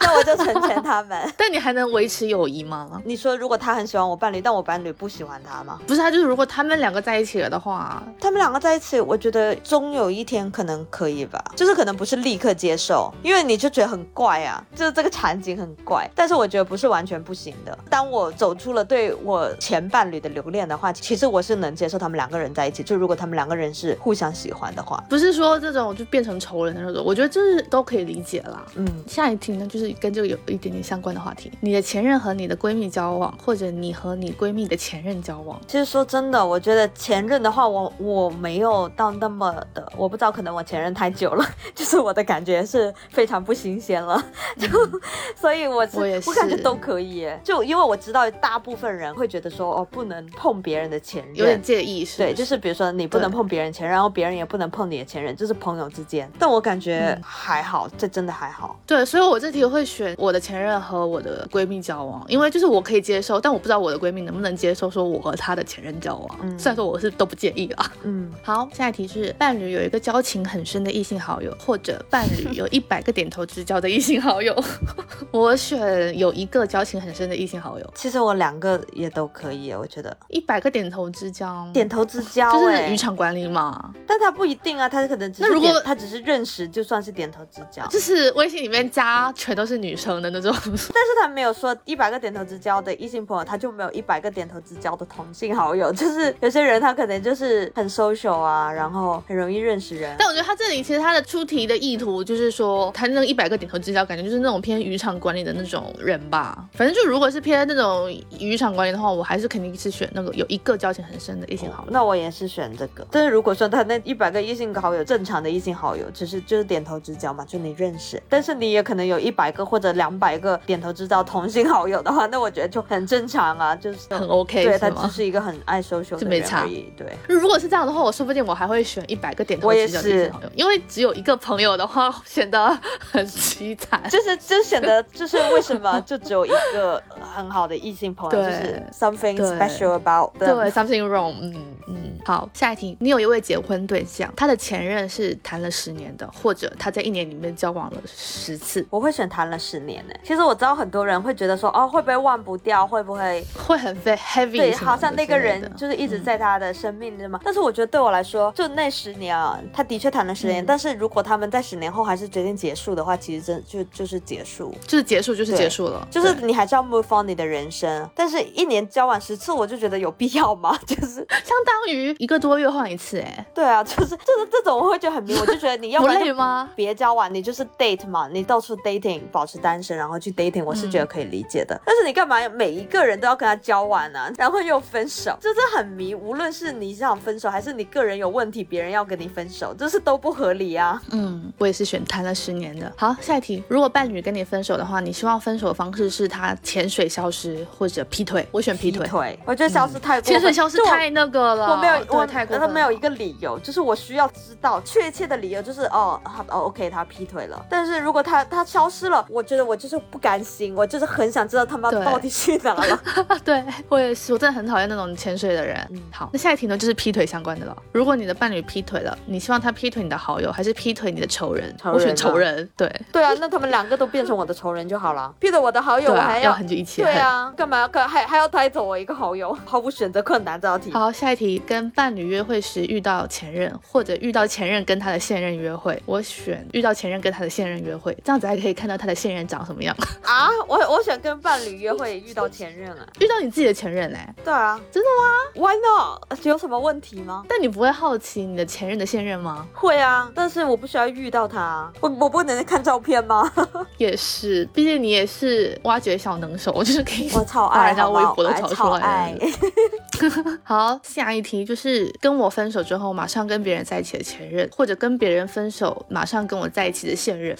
Speaker 3: 那我就成全他们。
Speaker 2: 但你还能维持友谊吗？
Speaker 3: 你说，如果他很喜欢我伴侣，但我伴侣不喜欢他吗？
Speaker 2: 不是，啊他就是如果他们两个在一起了的话，
Speaker 3: 他们两个在一起，我觉得终有一天可能可以吧，就是可能不是立刻接受，因为你就觉得很怪啊，就是这个场景很怪。但是我觉得不是完全不行的。当我走出了对我前伴侣的留恋的话，其实我是能接受他们两个人在一起，就如果他们两个人是互相喜欢的话，
Speaker 2: 不是说这种就变成仇人的那种，我觉得这是都可以理解啦。
Speaker 3: 嗯，
Speaker 2: 下一题呢，就是跟这个有一点点相关的话题，你的前任和你的闺蜜交往，或者你和你闺蜜的前任交往，
Speaker 3: 其实说真的，我觉得前任的话，我我没有到那么的，我不知道，可能我前任太久了， 就是我的感觉是非常不新鲜了，就、所以我是
Speaker 2: 我也是
Speaker 3: 感觉都可以耶，就因为我知道大部分人会觉得说哦，不能碰别人的前任，
Speaker 2: 有点介意是不
Speaker 3: 对，
Speaker 2: 是？
Speaker 3: 就是比如说你不能碰别人前任，然后别人也不能碰你的前任，就是朋友之间。但我感觉
Speaker 2: 嗯
Speaker 3: 还好，这真的还好。
Speaker 2: 对，所以我这题会选我的前任和我的闺蜜交往，因为就是我可以接受，但我不知道我的闺蜜能不能接受说我和她的前任交往。
Speaker 3: 嗯
Speaker 2: 虽然说我是都不介意啦。
Speaker 3: 嗯，
Speaker 2: 好，下一题是伴侣有一个交情很深的异性好友，或者伴侣有一百个点头之交的异性好友。 我选有一个交情很深的异性好友，
Speaker 3: 其实我两个也都可以耶，我觉得
Speaker 2: 一百个点头之交，
Speaker 3: 点头之交
Speaker 2: 嗯就
Speaker 3: 哎
Speaker 2: 是渔场管理嘛，
Speaker 3: 但他不一定啊，他可能只是
Speaker 2: 那如果
Speaker 3: 点他只是认识，就算是点头之交，
Speaker 2: 就是微信里面加全都是女生的那种。
Speaker 3: 但是他没有说一百个点头之交的异性朋友，他就没有一百个点头之交的同性好友。 就是有些人他可能就是很 social 啊，然后很容易认识人。
Speaker 2: 但我觉得他这里其实他的出题的意图就是说，他那一百个点头之交，感觉就是那种偏渔场管理的那种人吧。反正就如果是偏那种渔场管理的话，我还是肯定是选那个有一个交情很深的异性好友。
Speaker 3: 那我也是选这个。但是如果说他那一百个异性好友，正常的异性好友，只是就是点头之交嘛，就你认识。但是你也可能有一百个或者两百个点头之交同性好友的话，那我觉得就很正常啊，就是
Speaker 2: 很 OK
Speaker 3: 对，
Speaker 2: 是
Speaker 3: 他
Speaker 2: 吗
Speaker 3: 只是一个很爱 social
Speaker 2: 就
Speaker 3: 的
Speaker 2: 没
Speaker 3: 人
Speaker 2: 差
Speaker 3: 而已。对，
Speaker 2: 如果是这样的话，我说不定我还会选一百个点头之交的异性好友，因为只有一个朋友的话， 显得很凄惨。
Speaker 3: 就是就显得就是为什么就只有一个很好的异性朋友，就
Speaker 2: 对
Speaker 3: 是 something
Speaker 2: 对
Speaker 3: special about
Speaker 2: 对
Speaker 3: them。
Speaker 2: ，something wrong。嗯嗯，好，下一题，你有一位结婚对象，他的前任是谈了十年的，或者他在一年里面交往了十次，
Speaker 3: 我会选谈了十年呢、其实我知道很多人会觉得说，哦，会不会忘不掉，会不会
Speaker 2: 会很 ve- heavy，
Speaker 3: 对，
Speaker 2: 什么
Speaker 3: 好像
Speaker 2: 的
Speaker 3: 那
Speaker 2: 之
Speaker 3: 个
Speaker 2: 类
Speaker 3: 人
Speaker 2: 的嗯
Speaker 3: 就是一直在他的生命里嘛。但是我觉得对我来说，就那十年啊，他的确谈了十年，
Speaker 2: 嗯
Speaker 3: 但是如果他们在十年后还是决定结束的话，其实真就就是结束。
Speaker 2: 就是结束，就是
Speaker 3: 对
Speaker 2: 结束了，
Speaker 3: 就是
Speaker 2: 对
Speaker 3: 你还是要 move on 你的人生，但是一年交往十次，我就觉得有必要吗？ 就是
Speaker 2: 相当于一个多月换一次，哎，
Speaker 3: 对啊，就是就是这种，我会觉得很迷。我就觉得你要
Speaker 2: 不
Speaker 3: 不然
Speaker 2: 累
Speaker 3: 就
Speaker 2: 吗？
Speaker 3: 别交往，你就是 date 嘛，你到处 dating，保持单身，然后去 dating，我是觉得
Speaker 2: 嗯
Speaker 3: 可以理解的。但是你干嘛每一个人都要跟他交往呢、然后又分手，就是很迷。无论是你想分手，还是你个人有问题，别人要跟你分手，就是都不合理啊。
Speaker 2: 嗯，我也是选谈了十年的。好，下一题，如果伴侣跟你分手的话，你希望分手的方式是他潜水消失或者劈腿？我选劈腿。
Speaker 3: 腿，我觉得消失太过分，
Speaker 2: 潜水消失
Speaker 3: 就我
Speaker 2: 太那个了，
Speaker 3: 我没有，
Speaker 2: 对
Speaker 3: 我
Speaker 2: 太过
Speaker 3: 难道
Speaker 2: 分
Speaker 3: 没有
Speaker 2: 了
Speaker 3: 一个理由，就是我需要知道确切的理由，就是哦，他哦，OK，他劈腿了。但是如果他他消失了，我觉得我就是不甘心，我就是很想知道他们
Speaker 2: 对
Speaker 3: 到底去哪了。
Speaker 2: 啊对我也是，我真的很讨厌那种潜水的人。
Speaker 3: 嗯
Speaker 2: 好，那下一题呢，就是劈腿相关的了。如果你的伴侣劈腿了，你希望他劈腿你的好友，还是劈腿你的仇人？
Speaker 3: 仇
Speaker 2: 我选
Speaker 3: 人啊
Speaker 2: 仇人，对，
Speaker 3: 对啊，那他们两个都变成我的仇人就好了。劈腿我的好友，
Speaker 2: 对
Speaker 3: 我
Speaker 2: 啊，
Speaker 3: 还
Speaker 2: 要很久一起
Speaker 3: 对
Speaker 2: 恨。
Speaker 3: 啊，干嘛干还还要带走我一个好友？毫无选择困难这道题。
Speaker 2: 好，下一题，跟伴侣约会时遇到前任，或者遇到前任跟他的现任约会，我选遇到前任跟他的现任约会，这样子还可以看到他的现任长什么样。
Speaker 3: 啊，我我选跟伴侣约会遇到前任啊。
Speaker 2: 遇到你自己的前任嘞、欸
Speaker 3: 对啊，
Speaker 2: 真的
Speaker 3: 吗？Why not？有什么问题吗？
Speaker 2: 但你不会好奇你的前任的现任吗？
Speaker 3: 会啊，但是我不需要遇到他啊，我我不能看照片吗？
Speaker 2: 也是，毕竟你也是挖掘小能手，我就是可以
Speaker 3: 我 超
Speaker 2: 把
Speaker 3: 爱，
Speaker 2: 人家
Speaker 3: 好不
Speaker 2: 微
Speaker 3: 好
Speaker 2: 博都
Speaker 3: 我还
Speaker 2: 找出
Speaker 3: 超
Speaker 2: 来
Speaker 3: 爱
Speaker 2: 了。。好，下一题就是跟我分手之后马上跟别人在一起的前任，或者跟别人分手马上跟我在一起的现任。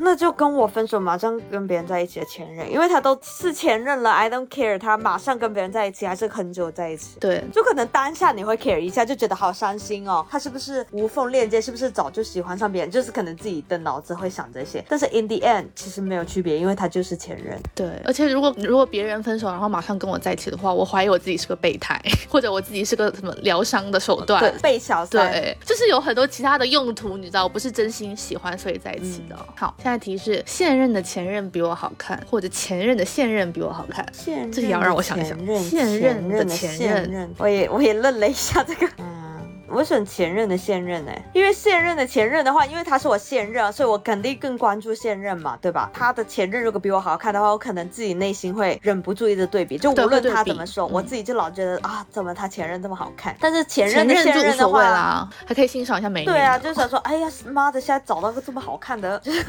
Speaker 3: 那就跟我分手，马上跟别人在一起的前任，因为他都是前任了，I don't care，他马上跟别人在一起，还是很久在一起。
Speaker 2: 对，
Speaker 3: 就可能当下你会 care 一下，就觉得好伤心哦，他是不是无缝链接，是不是早就喜欢上别人，就是可能自己的脑子会想这些，但是 in the end 其实没有区别，因为他就是前任。
Speaker 2: 对，而且如果如果别人分手然后马上跟我在一起的话，我怀疑我自己是个备胎， 或者我自己是个什么疗伤的手段。
Speaker 3: 对，被小三。
Speaker 2: 对，就是有很多其他的用途，你知道，我不是真心喜欢所以在一起的。好，下一题是现任的前任比我好看，或者前任的现任比我好看。
Speaker 3: 现任
Speaker 2: 这题要让我想一想
Speaker 3: 前任
Speaker 2: 现任
Speaker 3: 任
Speaker 2: 的
Speaker 3: 的
Speaker 2: 前任
Speaker 3: 现任，我也我也愣了一下这个。嗯，我选前任的现任哎、因为现任的前任的话，因为他是我现任啊，所以我肯定更关注现任嘛，对吧？他的前任如果比我好看的话，我可能自己内心会忍不住一直对比，就无
Speaker 2: 对会
Speaker 3: 论
Speaker 2: 对
Speaker 3: 他
Speaker 2: 比
Speaker 3: 怎么说，我
Speaker 2: 嗯
Speaker 3: 自己就老觉得啊，怎么他前任这么好看？但是前
Speaker 2: 前
Speaker 3: 任的
Speaker 2: 任
Speaker 3: 现
Speaker 2: 就无
Speaker 3: 任的
Speaker 2: 所谓
Speaker 3: 话。
Speaker 2: 啦，还可以欣赏一下美女。
Speaker 3: 对啊，就想说，哎呀妈的，现在找到个这么好看的， 就是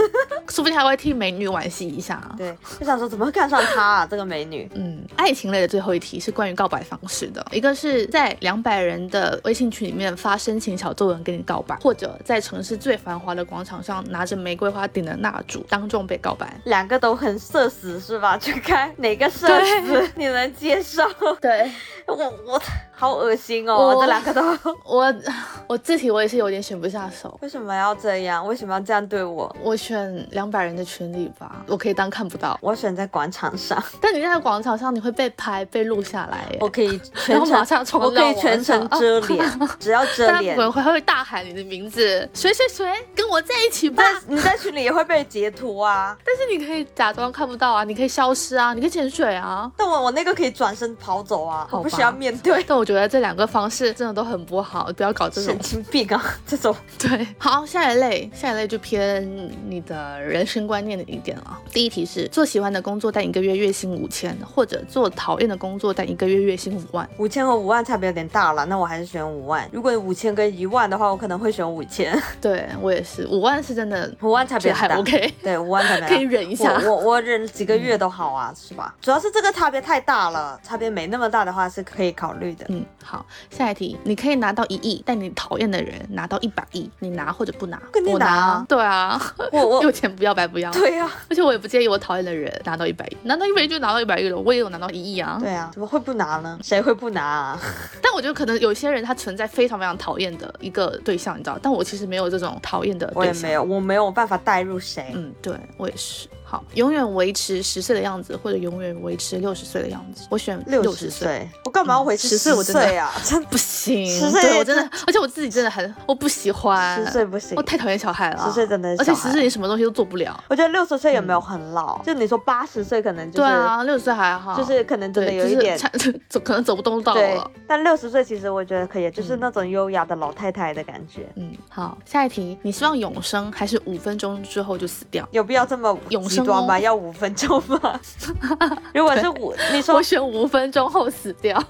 Speaker 2: 说不定还会替美女惋惜一下。
Speaker 3: 对，就想说怎么会看上她啊，这个美女。
Speaker 2: 嗯，爱情类的最后一题是关于告白方式的，一个是在两百人的微信群里面发深情小作文跟你告白，或者在城市最繁华的广场上拿着玫瑰花顶着蜡烛当众被告白。
Speaker 3: 两个都很社死是吧？ 就看哪个社死你能接受。
Speaker 2: 对
Speaker 3: 我我好恶心
Speaker 2: 我
Speaker 3: 哦，这两个都
Speaker 2: 我，我这题我也是有点选不下手。
Speaker 3: 为什么要这样？为什么要这样对我？
Speaker 2: 我选两百人的群里吧，我可以当看不到。
Speaker 3: 我选在广场上，
Speaker 2: 但你在广场上，你会被拍、被录下来耶。
Speaker 3: 我可以
Speaker 2: 然
Speaker 3: 全
Speaker 2: 后马上
Speaker 3: 程，
Speaker 2: 冲
Speaker 3: 我可
Speaker 2: 到
Speaker 3: 以全程
Speaker 2: 网上哦
Speaker 3: 遮 脸，只要遮
Speaker 2: 大家
Speaker 3: 脸
Speaker 2: 可。能会会大喊你的名字，谁谁谁，跟我在一起吧。
Speaker 3: 但你在群里也会被截图啊，
Speaker 2: 但是你可以假装看不到啊，你可以消失啊，你可以潜水啊。
Speaker 3: 但我我那个可以转身跑走啊，
Speaker 2: 好吧
Speaker 3: 我不需要面对。
Speaker 2: 但我觉得这两个方式真的都很不好，不要搞这种
Speaker 3: 神。经病啊， 这种
Speaker 2: 对，好，下一类，下一类就偏你的人生观念的一点了。第一题是做喜欢的工作，但一个月月薪五千，或者做讨厌的工作，但一个月月薪五万。
Speaker 3: 五千和五万差别有点大了，那我还是选五万。如果五千跟一万的话，我可能会选五千，
Speaker 2: 对我也是， 五万是真的
Speaker 3: 五万差
Speaker 2: 觉
Speaker 3: 别
Speaker 2: 得还
Speaker 3: 很大。
Speaker 2: OK。
Speaker 3: 对，五万才没
Speaker 2: 可以忍一下嗯
Speaker 3: 我我我忍几个月都好啊，是吧？主要是这个差别太大了，差别没那么大的话是可以考虑的。
Speaker 2: 嗯，好，下一题，你可以拿到一亿，但你讨厌的人拿到一百亿，你拿或者不拿？
Speaker 3: 肯定
Speaker 2: 我
Speaker 3: 拿
Speaker 2: 拿
Speaker 3: 啊。
Speaker 2: 对啊，
Speaker 3: 我我
Speaker 2: 有钱不要白不要。
Speaker 3: 对呀、啊
Speaker 2: 而且我也不介意我讨厌的人拿到一百亿，拿到一百亿就拿到一百亿了，我也有拿到一亿啊。
Speaker 3: 对呀、怎么会不拿呢？谁会不拿啊？
Speaker 2: 但我觉得可能有些人他存在非常非常讨厌的一个对象，你知道，但我其实没有这种讨厌的
Speaker 3: 我也
Speaker 2: 对象。啊
Speaker 3: 没有，我没有办法代入谁。
Speaker 2: 嗯，对我也是。好，永远维持十岁的样子，或者永远维持六十岁的样子，我选
Speaker 3: 六
Speaker 2: 十
Speaker 3: 十
Speaker 2: 岁。嗯
Speaker 3: 岁，我干嘛要回去
Speaker 2: 十岁我真的
Speaker 3: 岁啊？真
Speaker 2: 不行，
Speaker 3: 10岁
Speaker 2: 对我真的，而且我自己真的很，我不喜欢。
Speaker 3: 十岁不行
Speaker 2: 我，太讨厌小孩了。
Speaker 3: 10岁真的是
Speaker 2: 而且
Speaker 3: 小孩
Speaker 2: 十岁你什么东西都做不了。
Speaker 3: 我觉得六十岁有没有很老？就你说八十岁可能就是、
Speaker 2: 嗯对啊，六十岁还好。
Speaker 3: 就是可能真的
Speaker 2: 对，
Speaker 3: 有
Speaker 2: 就
Speaker 3: 一
Speaker 2: 是
Speaker 3: 点。
Speaker 2: 差 走可能走不动道
Speaker 3: 对
Speaker 2: 了。，
Speaker 3: 但六十岁其实我觉得可以，就是
Speaker 2: 嗯
Speaker 3: 那种优雅的老太太的感觉，
Speaker 2: 嗯，好，下一题，你希望永生还是五分钟之后就死掉？
Speaker 3: 有必要这么
Speaker 2: 永
Speaker 3: 极
Speaker 2: 生
Speaker 3: 端吗？
Speaker 2: 哦
Speaker 3: 要五分钟 吗？如果是五，你说
Speaker 2: 我选五分钟后死掉，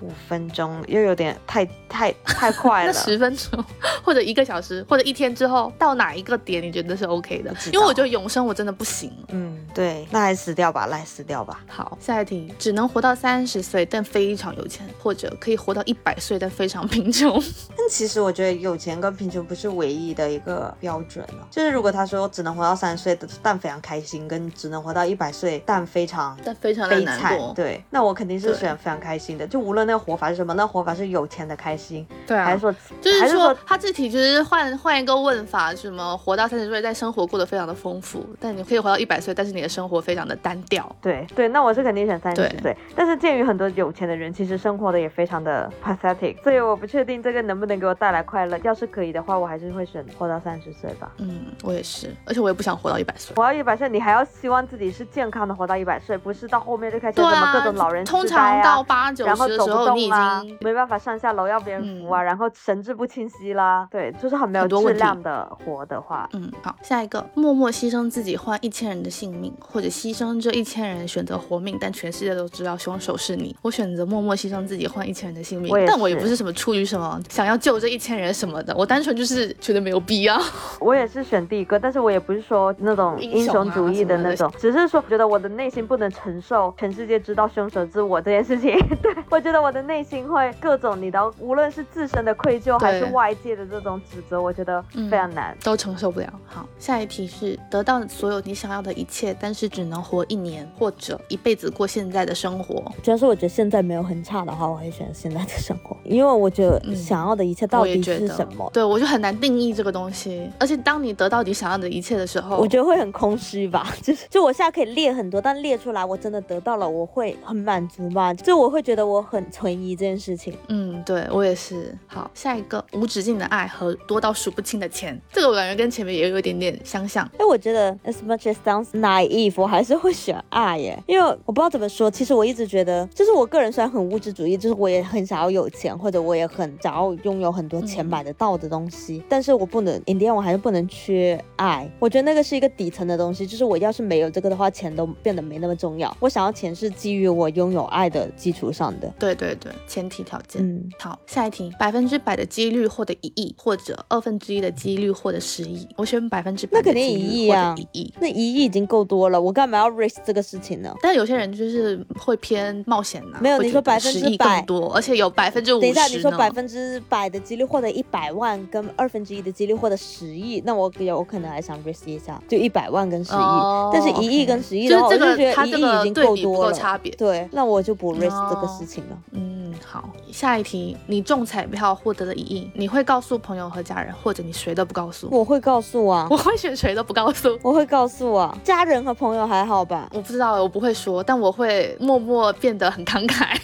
Speaker 3: 五分钟又有点太太太快
Speaker 2: 那
Speaker 3: 了。
Speaker 2: 十分钟或者一个小时或者一天之后到哪一个点你觉得是 OK 的
Speaker 3: 不知？道
Speaker 2: 因为我觉得永生我真的不行。
Speaker 3: 嗯，对，那还死掉吧，来死掉吧。
Speaker 2: 好，下一题，只能活到三十岁但非常有钱，或者可以活到一百岁但非常贫穷。
Speaker 3: 但其实我觉得有钱跟贫穷不是唯一的一个标准了。就是如果他说只能活到三十岁，但非常开心，跟只能活到一百岁，但非常。
Speaker 2: 但非常的
Speaker 3: 悲
Speaker 2: 难
Speaker 3: 惨，
Speaker 2: 过，
Speaker 3: 对，那我肯定是
Speaker 2: 对
Speaker 3: 选非常开心的，就无论那个活法是什么，那活法是有钱的开心，
Speaker 2: 对
Speaker 3: 还
Speaker 2: 啊
Speaker 3: 是，说，
Speaker 2: 就是
Speaker 3: 还是
Speaker 2: 说
Speaker 3: 说
Speaker 2: 他这题就是换换一个问法，什么活到三十岁但生活过得非常的丰富，但你可以活到一百岁，但是你的生活非常的单调。
Speaker 3: 对对，那我是肯定选三十
Speaker 2: 对
Speaker 3: 岁。但是鉴于很多有钱的人其实生活的也非常的 pathetic，所以我不确定这个能不能给我带来快乐。要是可以的话，我还是会选活到三十岁吧。
Speaker 2: 嗯，我也是，而且我也不想活到一百岁。
Speaker 3: 活到一百岁，你还要希望自己是健康的活到一百岁，不是到后面就开始
Speaker 2: 对
Speaker 3: 什么
Speaker 2: 啊，
Speaker 3: 各种老人痴呆啊、
Speaker 2: 通常到八九
Speaker 3: 然后
Speaker 2: 十的
Speaker 3: 走啊
Speaker 2: 时候
Speaker 5: 动
Speaker 2: 你已
Speaker 5: 啦
Speaker 2: 经嗯
Speaker 5: 没办法上下楼要别人扶啊，然后神志不清晰啦，对，就是很没有
Speaker 2: 很多问
Speaker 5: 质
Speaker 2: 题
Speaker 5: 量的活的话，
Speaker 6: 嗯，好，
Speaker 2: 下一个，默默牺牲自己换一千人的性命，或者牺牲这一千人选择活命，但全世界都知道凶手是你。我选择默默牺牲自己换一千人的性命
Speaker 5: 我也，
Speaker 2: 但我也
Speaker 5: 是
Speaker 2: 不是什么出于什么想要救这一千人什么的，我单纯就是觉得没有必要。
Speaker 5: 我也是选第一个，但是我也不是说那种英
Speaker 2: 英雄啊
Speaker 5: 雄主义的那种，只是说觉得我的内心不能承受全世界知道凶手是我这件事情。 对我觉得我的内心会各种你的，无论是自身的愧疚还是
Speaker 2: 对
Speaker 5: 外界的这种指责，我觉得
Speaker 2: 嗯
Speaker 5: 非常难。
Speaker 2: 都承受不了。好，下一题是得到所有你想要的一切，但是只能活一年或者一辈子过现在的生活。
Speaker 3: 主要是我觉得现在没有很差的话，我会选现在的生活，因为我觉得
Speaker 2: 嗯
Speaker 3: 想要的一切到
Speaker 2: 我也
Speaker 3: 底
Speaker 2: 觉
Speaker 3: 是
Speaker 2: 得
Speaker 3: 什么，
Speaker 2: 对我就很难定义这个东西。而且当你得到你想要的一切的时候，
Speaker 3: 我觉得会很空虚吧。 就是，就我现在可以列很多，但列出来我真的得到了，我会很满足吗？就我会觉得我很存疑这件事情。
Speaker 2: 嗯，对我也是。好，下一个无止境的爱和多到数不清的钱，这个我感觉跟前面也有一点点相像。
Speaker 3: 哎，我觉得 as much as sounds naive，我还是会选爱耶，因为我不知道怎么说。其实我一直觉得，就是我个人虽然很物质主义，就是我也很想要有钱，或者我也很想要拥有很多钱
Speaker 2: 嗯
Speaker 3: 买得到的东西，但是我不能，in the end 我还是不能缺爱。我觉得那个是一个底层的东西，就是我要是没有这个的话，钱都变得没那么重要。我想要钱是基于我拥有爱的基础上的。
Speaker 2: 对对对，前提条件。
Speaker 3: 嗯，
Speaker 2: 好，下一题，百分之百的几率获得一亿，或者二分之一的几率获得十亿。我选百分之百
Speaker 3: 那
Speaker 2: 的
Speaker 3: 肯定
Speaker 2: 几
Speaker 3: 一
Speaker 2: 率
Speaker 3: 亿
Speaker 2: 获
Speaker 3: 啊
Speaker 2: 得一亿。
Speaker 3: 那一亿已经够多了，我干嘛要 risk 这个事情呢？
Speaker 2: 但有些人就是会偏冒险呐、
Speaker 3: 没有
Speaker 2: 会
Speaker 3: 你
Speaker 2: 觉
Speaker 3: 说
Speaker 2: 得
Speaker 3: 100%
Speaker 2: 10亿更多，而且有百分之五
Speaker 3: 等一下，你
Speaker 2: 十
Speaker 3: 说百
Speaker 2: 呢。
Speaker 3: 分之百的几率获得一百万，跟二分之一的几率获得十亿，那我有可能还想 risk 一下，就一百万跟十亿，
Speaker 2: 哦
Speaker 3: 但是一亿
Speaker 2: OK
Speaker 3: 跟十亿
Speaker 2: 就
Speaker 3: 的
Speaker 2: 是
Speaker 3: 话，
Speaker 2: 这
Speaker 3: 我就觉
Speaker 2: 个
Speaker 3: 得
Speaker 2: 它
Speaker 3: 一
Speaker 2: 这
Speaker 3: 亿已
Speaker 2: 个
Speaker 3: 经
Speaker 2: 对比不
Speaker 3: 多
Speaker 2: 够
Speaker 3: 了。
Speaker 2: 差别。
Speaker 3: 对，那我就不 risk 这个
Speaker 2: 哦
Speaker 3: 事情了。
Speaker 2: 嗯，好，下一题，你中彩票获得了一亿，你会告诉朋友和家人，或者你谁都不告诉？
Speaker 3: 我会告诉啊
Speaker 2: 我，会选谁都不告诉。
Speaker 3: 我会告诉啊，家人和朋友还好吧？
Speaker 2: 我不知道，我不会说，但我会默默变得很慷 慨，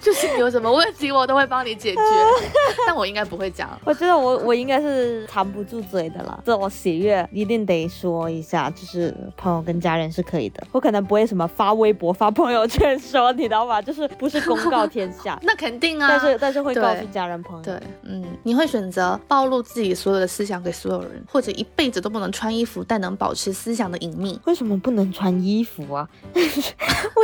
Speaker 2: 就是你有什么问题我都会帮你解决， 但我应该不会讲。，
Speaker 3: 我觉得我我应该是藏不住嘴的啦，这种喜悦一定得说一下，就是朋友跟家人是可以的。我可能不会什么发微博、发朋友圈说，你知道吧？就是不是公告天下
Speaker 2: 那肯定啊，
Speaker 3: 但是但是会告诉
Speaker 2: 对
Speaker 3: 家人朋友。
Speaker 2: 对，嗯，你会选择暴露自己所有的思想给所有人，或者一辈子都不能穿衣服，但能保持思想的隐秘。
Speaker 3: 为什么不能穿衣服啊？ 为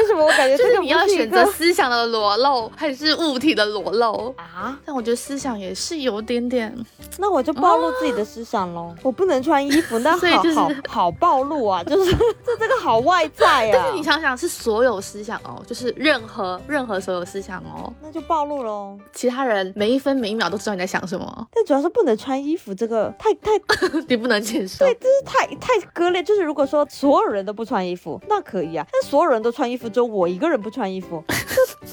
Speaker 3: 什么我感觉
Speaker 2: 就
Speaker 3: 这
Speaker 2: 是
Speaker 3: 个
Speaker 2: 你要
Speaker 3: 不是一
Speaker 2: 选
Speaker 3: 个
Speaker 2: 择思想的裸露，还是物体的裸露？
Speaker 3: 啊？
Speaker 2: 但我觉得思想也是有点点，
Speaker 3: 那我就暴露自己的思想喽。我不能穿衣 服，那
Speaker 2: 哦所以
Speaker 3: 好
Speaker 2: 就是
Speaker 3: 好好暴 露啊，就是这这个好外在
Speaker 2: 但
Speaker 3: 啊
Speaker 2: 是你。想想，是所有思想哦，就是任何任何所有思想哦，
Speaker 3: 那就暴露喽，
Speaker 2: 其他人每一分每一秒都知道你在想什么，
Speaker 3: 但主要是不能穿衣服，这个太太
Speaker 2: 你不能接受。
Speaker 3: 对，这是太太割裂。就是如果说所有人都不穿衣服，那可以啊；但所有人都穿衣服，只有我一个人不穿衣服，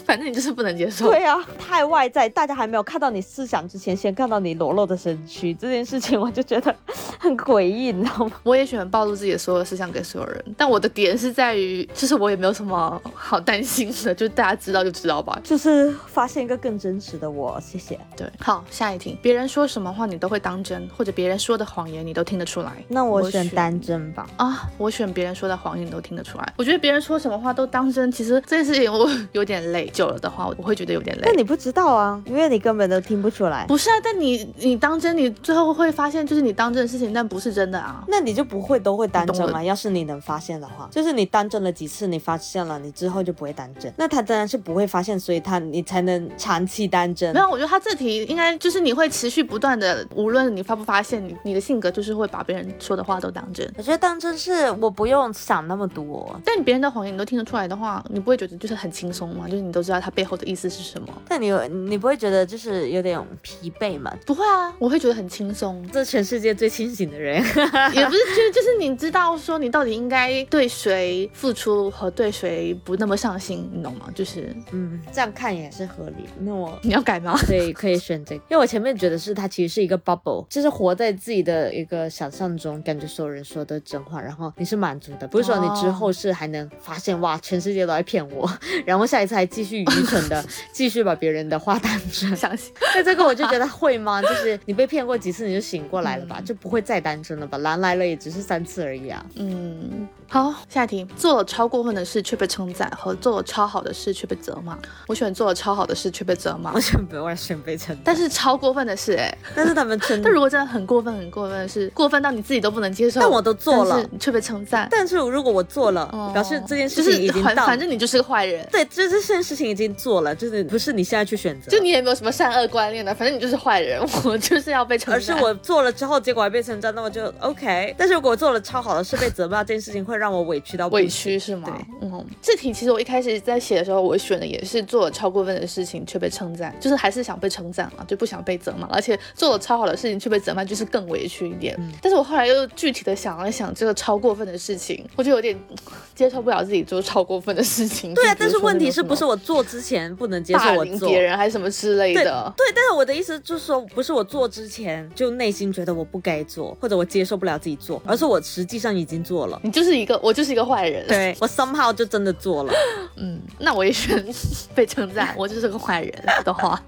Speaker 2: 反正你就是不能接受。
Speaker 3: 对啊，太外在。大家还没有看到你思想之前，先看到你裸露的身躯，这件事情我就觉得很诡异，你知道吗？
Speaker 2: 我也喜欢暴露自己的所有思想给所有人，但我的点是在于，就是我也没有什么好担心的，就大家知道就知道吧，
Speaker 3: 就是发现一个更真实的我，谢谢。
Speaker 2: 对，好，下一题，别人说什么话你都会当真，或者别人说的谎言你都听得出来。
Speaker 3: 那我选
Speaker 2: 选
Speaker 3: 单真吧，
Speaker 2: 啊，我选别人说的谎言你都听得出来。我觉得别人说什么话都当真，其实这件事情我 有点累，久了的话我会觉得有点累
Speaker 3: 但。你不知道啊，因为你根本都听不出来，
Speaker 2: 不是啊，但你你当真，你最后会发现就是你当真的事情，但不是真的啊。
Speaker 3: 那你就不会都会单
Speaker 2: 你
Speaker 3: 真
Speaker 2: 懂
Speaker 3: 吗？要是你能发现的话，就是你单真了几次，你发现了，你之后就不会单真。那他当然是不会发现，所以他你才能长期单真
Speaker 2: 没。有，我觉得他这题应该就是你会持续不断的，无论你发不发现，你你的性格就是会把别人说的话都当真。
Speaker 3: 我觉得当真是我不用想那么多，
Speaker 2: 但别人的谎言你都听得出来的话，你不会觉得就是很轻松吗？就是你都知道他背后的意思是什么？
Speaker 3: 但你有你不会觉得就是有点疲惫吗？
Speaker 2: 不会啊，我会觉得很轻松。
Speaker 3: 这全世界最清醒的 人，
Speaker 2: 也不是，就就是你知道说你到底应该对谁付出和对谁不那么上心，你懂吗？就是
Speaker 3: 嗯，这样看也是合理。那我
Speaker 2: 你要改 吗？
Speaker 3: 对，可以选这个，因为我前面觉得是它其实是一个 bubble，就是活在自己的一个想象中，感觉所有人说的真话，然后你是满足的，不是说你之后是还能发现哇，全世界都在骗我， 然后下一次还继续愚蠢 的继续把别人的话当 真。
Speaker 2: 相信
Speaker 3: 那这个我就觉得会 吗？就是你被嗯 骗过几次你就醒过来了吧，就不会再单身了吧？狼来了也只是三次而已啊。
Speaker 2: 嗯，
Speaker 1: 好，
Speaker 2: 下一题，做了超过分的事却被称赞，和做了超好的事却被责骂。我选做了超好的事却被责骂
Speaker 7: 我，选不，我选被称赞。
Speaker 2: 但是超过分的事、哎，
Speaker 7: 但是他们称
Speaker 2: 但如果真的很过分，很过分的是过分到你自己都不能接受，
Speaker 7: 但我都做了
Speaker 2: 但是却被称赞，
Speaker 7: 但是如果我做了，
Speaker 2: 哦
Speaker 7: 表示这件事
Speaker 2: 就
Speaker 7: 情已
Speaker 2: 是
Speaker 7: 经
Speaker 2: 反
Speaker 7: 到，
Speaker 2: 反正你就是个坏人，
Speaker 7: 对，这这件事情已经做了，就是不是你现在去选择，
Speaker 2: 就你也没有什么善恶观念的，反正你就是坏人，我就是要被称赞。
Speaker 7: 而是我做了之后，结果还被称赞，那我就 OK。但是如果我做了超好的事被责骂，这件事情会让我委屈到哦不行
Speaker 2: 委屈是吗
Speaker 7: 对？
Speaker 2: 嗯，这题其实我一开始在写的时候，我选的也是做了超过分的事情却被称赞，就是还是想被称赞嘛，就不想被责骂，而且做了超好的事情却被责骂，就是更委屈一点。
Speaker 7: 嗯
Speaker 2: 但是我后来又具体的想了想这个超过分的事情，我就有点嗯接受不了自己做超过分的事情。
Speaker 7: 对啊，
Speaker 2: 就比
Speaker 7: 但
Speaker 2: 如
Speaker 7: 是
Speaker 2: 说
Speaker 7: 问
Speaker 2: 那
Speaker 7: 题
Speaker 2: 种
Speaker 7: 是
Speaker 2: 什么
Speaker 7: 不是我做之前不能接受
Speaker 2: 霸
Speaker 7: 我
Speaker 2: 凌
Speaker 7: 做？
Speaker 2: 别人还是什么之类
Speaker 7: 对
Speaker 2: 的？
Speaker 7: 对，但是我的意思就是说，不是我做之前就内心觉得我不该做，或者我接受不了自己做，而是我实际上已经做了。
Speaker 2: 你就是一个我就是一个坏人。，
Speaker 7: 对我 somehow 就真的做了，
Speaker 2: 嗯，那我也选 被称赞，我就是个坏人的话。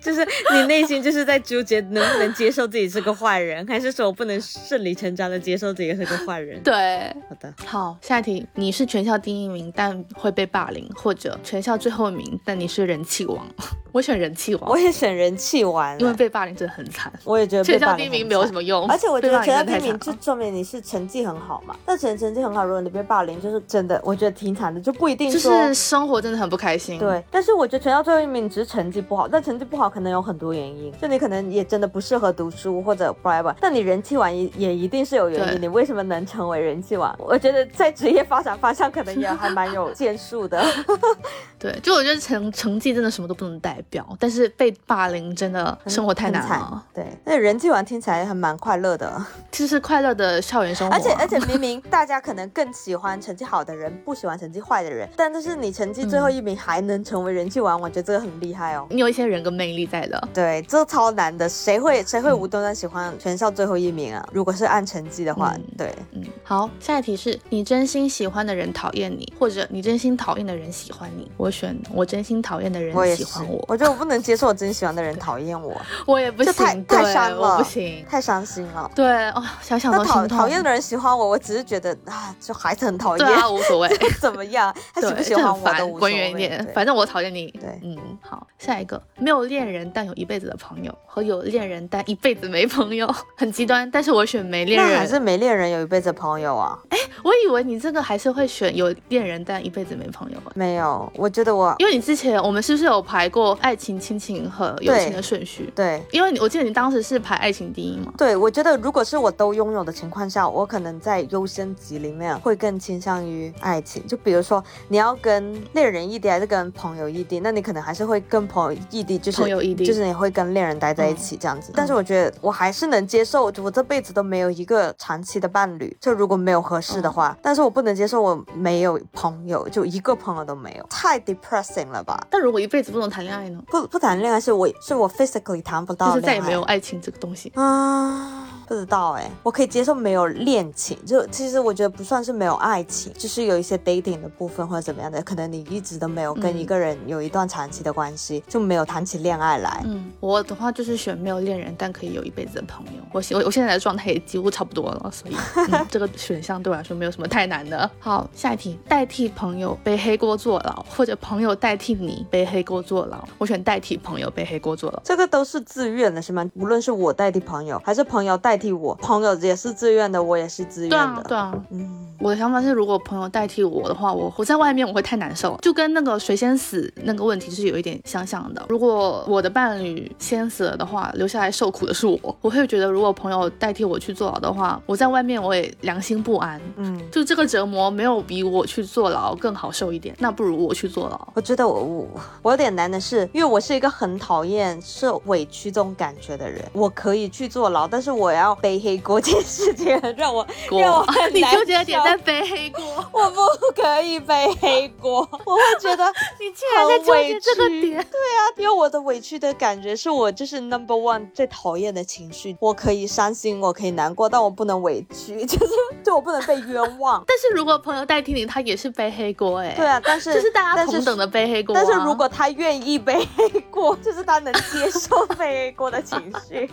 Speaker 7: 就是你内心就是在纠结能不能接受自己是个坏人，还是说我不能顺理成章的接受自己是个坏人。，
Speaker 2: 对，
Speaker 7: 好的，
Speaker 2: 好，下一题，你是全校第一名，但会被霸凌，或者全校最后一名，但你是人气王。 我选人气
Speaker 3: 我
Speaker 2: 王，
Speaker 3: 也选人气完，
Speaker 2: 因为被霸凌真的很惨。
Speaker 3: 我也觉得
Speaker 2: 全
Speaker 3: 被
Speaker 2: 校
Speaker 3: 霸
Speaker 2: 第一
Speaker 3: 凌
Speaker 2: 名
Speaker 3: 很
Speaker 2: 没有
Speaker 3: 惨
Speaker 2: 什么用，
Speaker 3: 而且我觉得
Speaker 2: 被
Speaker 3: 全
Speaker 2: 霸
Speaker 3: 校
Speaker 2: 凌真的太
Speaker 3: 第一名
Speaker 2: 惨
Speaker 3: 就
Speaker 2: 了
Speaker 3: 证明你是成绩很好嘛。但成成绩很好，如果你被霸凌，就是真的，我觉得挺惨的，就不一定
Speaker 2: 就
Speaker 3: 说。
Speaker 2: 是生活真的很不开心。，
Speaker 3: 对，但是我觉得全校最后一名只是成绩不好，但成绩不好可能有很多原因，就你可能也真的不适合读书或者 whatever，但你人气王也也一定是有原
Speaker 2: 对
Speaker 3: 因，你为什么能成为人气王？我觉得在职业发展方向可能也还蛮有建树的。
Speaker 2: 对，就我觉得成成绩真的什么都不能代表，但是被霸凌真的 生活太
Speaker 3: 嗯很
Speaker 2: 难
Speaker 3: 惨
Speaker 2: 了。哦
Speaker 3: 对，那人气王听起来还蛮快乐的，
Speaker 2: 就是快乐的校园生活啊，
Speaker 3: 而且而且明明大家可能更喜欢成绩好的人，不喜欢成绩坏的人，但就是你成绩最
Speaker 2: 嗯
Speaker 3: 后一名还能成为人气王，我觉得这个很厉害哦。
Speaker 2: 你有一些人格魅力在的。
Speaker 3: 对，这超难的，谁会谁
Speaker 2: 嗯
Speaker 3: 会无端端喜欢全校最后一名啊？如果是按成绩的话，
Speaker 2: 嗯
Speaker 3: 对，
Speaker 2: 嗯，好，下一题是你真心喜欢的人讨厌你，或者你真心讨厌的人喜欢你。我选我真心讨厌的人
Speaker 3: 我也
Speaker 2: 喜
Speaker 3: 是
Speaker 2: 欢我，，
Speaker 3: 我觉得我不能接受我真喜欢的人讨 厌我，
Speaker 2: 我也不
Speaker 3: 这
Speaker 2: 行，
Speaker 3: 太太
Speaker 2: 对
Speaker 3: 伤
Speaker 2: 我
Speaker 3: 了
Speaker 2: 不行。
Speaker 3: 太伤心了。
Speaker 2: 对哦，想想
Speaker 3: 那
Speaker 2: 都心
Speaker 3: 讨
Speaker 2: 痛。
Speaker 3: 讨厌的人喜欢我，我只是觉得啊，就还是很讨
Speaker 2: 对
Speaker 3: 厌，
Speaker 2: 啊，无所谓。
Speaker 3: 怎么样？他喜不
Speaker 2: 对，
Speaker 3: 喜
Speaker 2: 这
Speaker 3: 欢
Speaker 2: 很
Speaker 3: 我都
Speaker 2: 烦，
Speaker 3: 无所
Speaker 2: 滚
Speaker 3: 谓。
Speaker 2: 远一点
Speaker 3: 对，
Speaker 2: 反正我讨厌你。
Speaker 3: 对
Speaker 2: 嗯，好，下一个，没有恋人但有一辈子的朋友，和有恋人但一辈子没朋友，很极端。但是我选没恋
Speaker 3: 那还
Speaker 2: 人，
Speaker 3: 是没恋人有一辈子朋友啊。
Speaker 2: 我以为你这个还是会选有恋人但一辈子没朋友，
Speaker 3: 没有，我觉得我
Speaker 2: 因为你之前我们是不是有排过爱情、亲情和友情
Speaker 3: 对
Speaker 2: 的顺序？
Speaker 3: 对
Speaker 2: 因为你我记得你当时是排爱情第一嘛，
Speaker 3: 对，我觉得如果是我都拥有的情况下，我可能在优先级里面会更倾向于爱情。就比如说你要跟恋人异地还是跟朋友异地，那你可能还是会跟朋友异地，就是
Speaker 2: 朋友异地嗯
Speaker 3: 就是你会跟恋人待在一起这样子。但是我觉得我还是能接受，我这辈子都没有一个长期的伴侣，就如果没有合适
Speaker 2: 嗯
Speaker 3: 的话，但是我不能接受我没有朋友，就一个朋友都没有，太 depressing 了吧。
Speaker 2: 但如果一辈子不能谈恋爱呢？
Speaker 3: 不不谈恋爱是我是我 physically 谈不到
Speaker 2: 就
Speaker 3: 恋爱，
Speaker 2: 是再也没有爱情这个东西。
Speaker 3: 啊，不知道哎、我可以接受没有恋情，就其实我觉得不算是没有爱情，就是有一些 dating 的部分或者怎么样的，可能你一直都没有跟
Speaker 2: 嗯
Speaker 3: 一个人有一段长期的关系，就没有谈起恋爱来。
Speaker 2: 嗯，我的话就是选没有恋人但可以有一辈子的朋友。我现我我现在的状态也几乎差不多了， 所以、嗯这个选项对我来说没有什么太难的。好，下一题，代替朋友背黑锅坐牢，或者朋友代替你背黑锅坐牢。我选代替朋友背黑锅坐牢。
Speaker 3: 这个都是自愿的，是吗？无论是我代替朋友，还是朋友代替我，朋友也是自愿的，我也是自愿
Speaker 2: 对啊
Speaker 3: 的。，
Speaker 2: 对啊，
Speaker 3: 嗯，
Speaker 2: 我的想法是，如果朋友代替我的话，我我在外面我会太难受了，就跟那个谁先死那个问题是有一点相像的。如果我的伴侣先死了的话，留下来受苦的是我，我会觉得如果朋友代替我去坐牢的话，我在外面我也良心不安。
Speaker 3: 嗯。
Speaker 2: 就这个折磨没有比我去坐牢更好受一点，那不如我去坐牢。
Speaker 3: 我觉得我我我有点难的是，因为我是一个很讨厌受委屈这种感觉的人。我可以去坐牢，但是我要背黑锅这件事情让我让
Speaker 2: 锅，
Speaker 3: 我 很
Speaker 2: 你
Speaker 3: 难
Speaker 2: 纠结的点
Speaker 3: 受
Speaker 2: 在背黑锅，
Speaker 3: 我不可以背黑锅， 我会觉得
Speaker 2: 你竟然在纠结这个点。 。
Speaker 3: 因为我的委屈的感觉是我就是 number one 最讨厌的情绪。我可以伤心，我可以难过，但我不能委屈， 就是对我不能被冤枉
Speaker 2: 但是如果朋友代替你，他也是背黑锅哎、
Speaker 3: 对啊，但是
Speaker 2: 就是大家
Speaker 3: 但是
Speaker 2: 同等的背黑锅啊、
Speaker 3: 但是如果他愿意 背黑锅，就是他能接受背黑锅的情绪。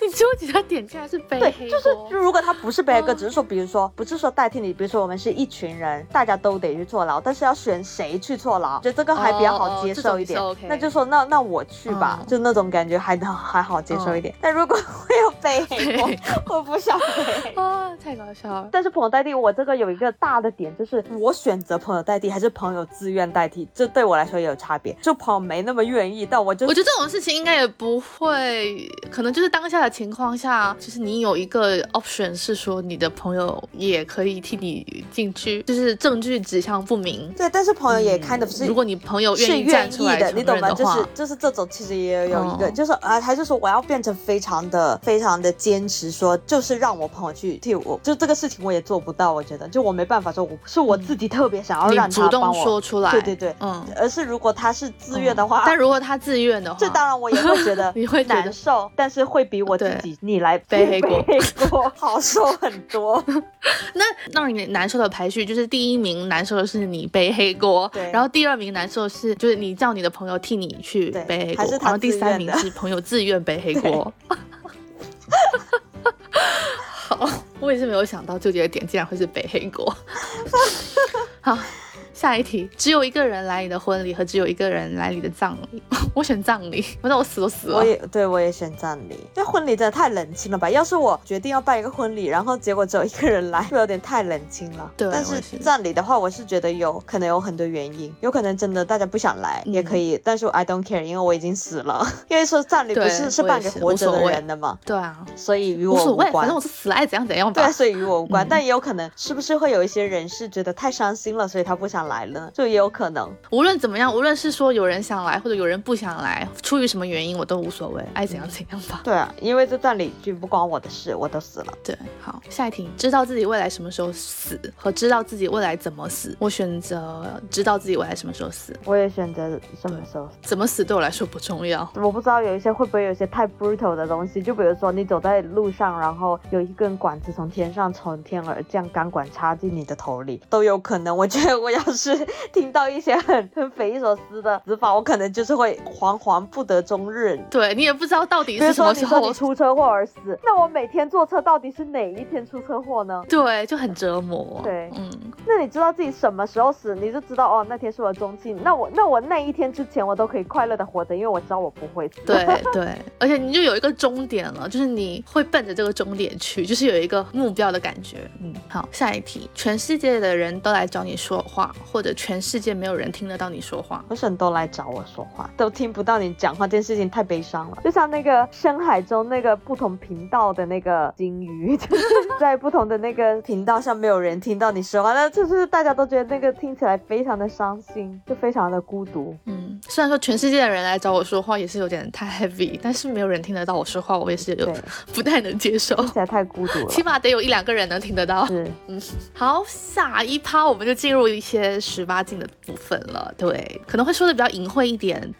Speaker 2: 你纠结的点竟现在是背
Speaker 3: 对，
Speaker 2: 黑
Speaker 3: 就是
Speaker 2: 锅
Speaker 3: 如果他不是背锅，
Speaker 2: 哦
Speaker 3: 只是说，比如说，不是说代替你，比如说我们是一群人，大家都得去坐牢，但是要选谁去坐牢，觉得这个还比较好接受一点。
Speaker 2: 哦哦哦这种是 OK
Speaker 3: 那就说那那我去吧，
Speaker 2: 嗯
Speaker 3: 就那种感觉还能 还好接受一点。但如果我有背黑 锅，我不想背。
Speaker 2: 啊，太搞笑了。
Speaker 3: 但是朋友代替我这个有一个大的点，就是我选择朋友代替还是朋友自愿代替，这对我来说也有差别。就朋友没那么愿意，但我就
Speaker 2: 我觉得这种事情应该也不会，可能就是当下的情况下，就是你有一个 option 是说你的朋友也可以替你进去，就是证据指向不明。
Speaker 3: 对，但是朋友呃也 kind of 是
Speaker 2: 嗯如果你朋友
Speaker 3: 是
Speaker 2: 愿意站
Speaker 3: 愿
Speaker 2: 出
Speaker 3: 意
Speaker 2: 来
Speaker 3: 的，
Speaker 2: 承
Speaker 3: 你
Speaker 2: 认
Speaker 3: 懂吗？就
Speaker 2: 话，
Speaker 3: 是就是这种，其实也有一个，
Speaker 2: 哦
Speaker 3: 就是啊，他就说我要变成非常的非常的坚持说，就是让我朋友去替我，就这个事情我也做不到，我觉得就我没办法说，我是我自己特别想要让
Speaker 2: 嗯你主
Speaker 3: 他帮
Speaker 2: 动
Speaker 3: 我，
Speaker 2: 说出来。
Speaker 3: 对对对，
Speaker 2: 嗯，
Speaker 3: 而是如果他是自愿的话，
Speaker 2: 但如果他自愿的话，
Speaker 3: 这当然我也会觉得
Speaker 2: 你会觉得
Speaker 3: 难受，但是会比我自己你来
Speaker 2: 背黑锅
Speaker 3: 背黑锅 好受很多。
Speaker 2: 那让你难受的排序就是第一名难受的是你背黑锅，
Speaker 3: 对
Speaker 2: 然后第二名难受的是就是你叫你的朋友替你去
Speaker 3: 对
Speaker 2: 背黑
Speaker 3: 还是
Speaker 2: 锅，
Speaker 3: 他
Speaker 2: 然后第
Speaker 3: 自愿
Speaker 2: 三名
Speaker 3: 的
Speaker 2: 是朋友自愿背黑锅。好，我也是没有想到纠结的点竟然会是背黑锅。好，下一题，只有一个人来你的婚礼和只有一个人来你的葬礼，我选葬礼，反正我死都死了
Speaker 3: 我。也对我也选葬礼，因为婚礼真的太冷清了吧？要是我决定要办一个婚礼，然后结果只有一个人来， 会有点太冷清了。
Speaker 2: 对
Speaker 3: 但
Speaker 2: 我
Speaker 3: 是
Speaker 2: 也是
Speaker 3: 葬礼的话，我是觉得有可能有很多原因，有可能真的大家不想来、
Speaker 2: 嗯
Speaker 3: 也可以，但是我 I don't care，因为我已经死了。 因为说葬礼不
Speaker 2: 对
Speaker 3: 是是
Speaker 2: 我也
Speaker 3: 办给
Speaker 2: 是
Speaker 3: 活
Speaker 2: 无
Speaker 3: 着的
Speaker 2: 所谓
Speaker 3: 人的嘛，
Speaker 2: 对啊，
Speaker 3: 所以与
Speaker 2: 无
Speaker 3: 我
Speaker 2: 所谓，反
Speaker 3: 关
Speaker 2: 正我。是死了爱怎样怎样吧。
Speaker 3: 对啊，所以与我无关，
Speaker 2: 嗯
Speaker 3: 但也有可能是不是会有一些人是觉得太伤心了，所以他不想来了，就也有可能。
Speaker 2: 无论怎么样，无论是说有人想来或者有人不想来，出于什么原因我都无所谓，爱怎样怎样吧。
Speaker 3: 对啊，因为这葬礼就不关我的事，我都死了。
Speaker 2: 对，好，下一题，知道自己未来什么时候死和知道自己未来怎么死，我选择知道自己未来什么时候死，
Speaker 3: 我也选择什么时候
Speaker 2: 怎么死对我来说不重要。
Speaker 3: 我不知道有一些会不会有一些太 brutal 的东西，就比如说你走在路上，然后有一根管子从天上从天而降，钢管插进你的头里，都有可能。我觉得我要是听到一些很很匪夷所思的死法，我可能就是会惶惶不得终日。
Speaker 2: 对你也不知道到底
Speaker 3: 比
Speaker 2: 是
Speaker 3: 如
Speaker 2: 什
Speaker 3: 说
Speaker 2: 么
Speaker 3: 你
Speaker 2: 时
Speaker 3: 说
Speaker 2: 候
Speaker 3: 你
Speaker 2: 我。
Speaker 3: 出车祸而死，那我每天坐车到底是哪一天出车祸呢？
Speaker 2: 对，就很折磨。
Speaker 3: 对
Speaker 2: 嗯，
Speaker 3: 那你知道自己什么时候死，你就知道哦，那天是我的终期。那我那我那一天之前，我都可以快乐的活着，因为我知道我不会死。
Speaker 2: 对对，而且你就有一个终点了，就是你会奔着这个终点去，就是有一个目标的感觉。嗯，好，下一题，全世界的人都来找你说话，或者全世界没有人听得到你说话。
Speaker 3: 不是很多来找我说话，都听不到你讲话，这件事情太悲伤了。就像那个深海中那个不同频道的那个鲸鱼， 就是在不同的那个频道上没有人听到你说话，那就是大家都觉得那个听起来非常的伤心，就非常的孤独。
Speaker 2: 嗯，虽然说全世界的人来找我说话也是有点太 heavy，但是没有人听得到我说话，我也是有
Speaker 3: 对
Speaker 2: 不太能接受。
Speaker 3: 听起来太孤独了。
Speaker 2: 起码得有一两个人能听得到。
Speaker 3: 是，
Speaker 2: 好，下一趴我们就进入一些十八禁的部分了。对，可能会说的比较隐晦一点，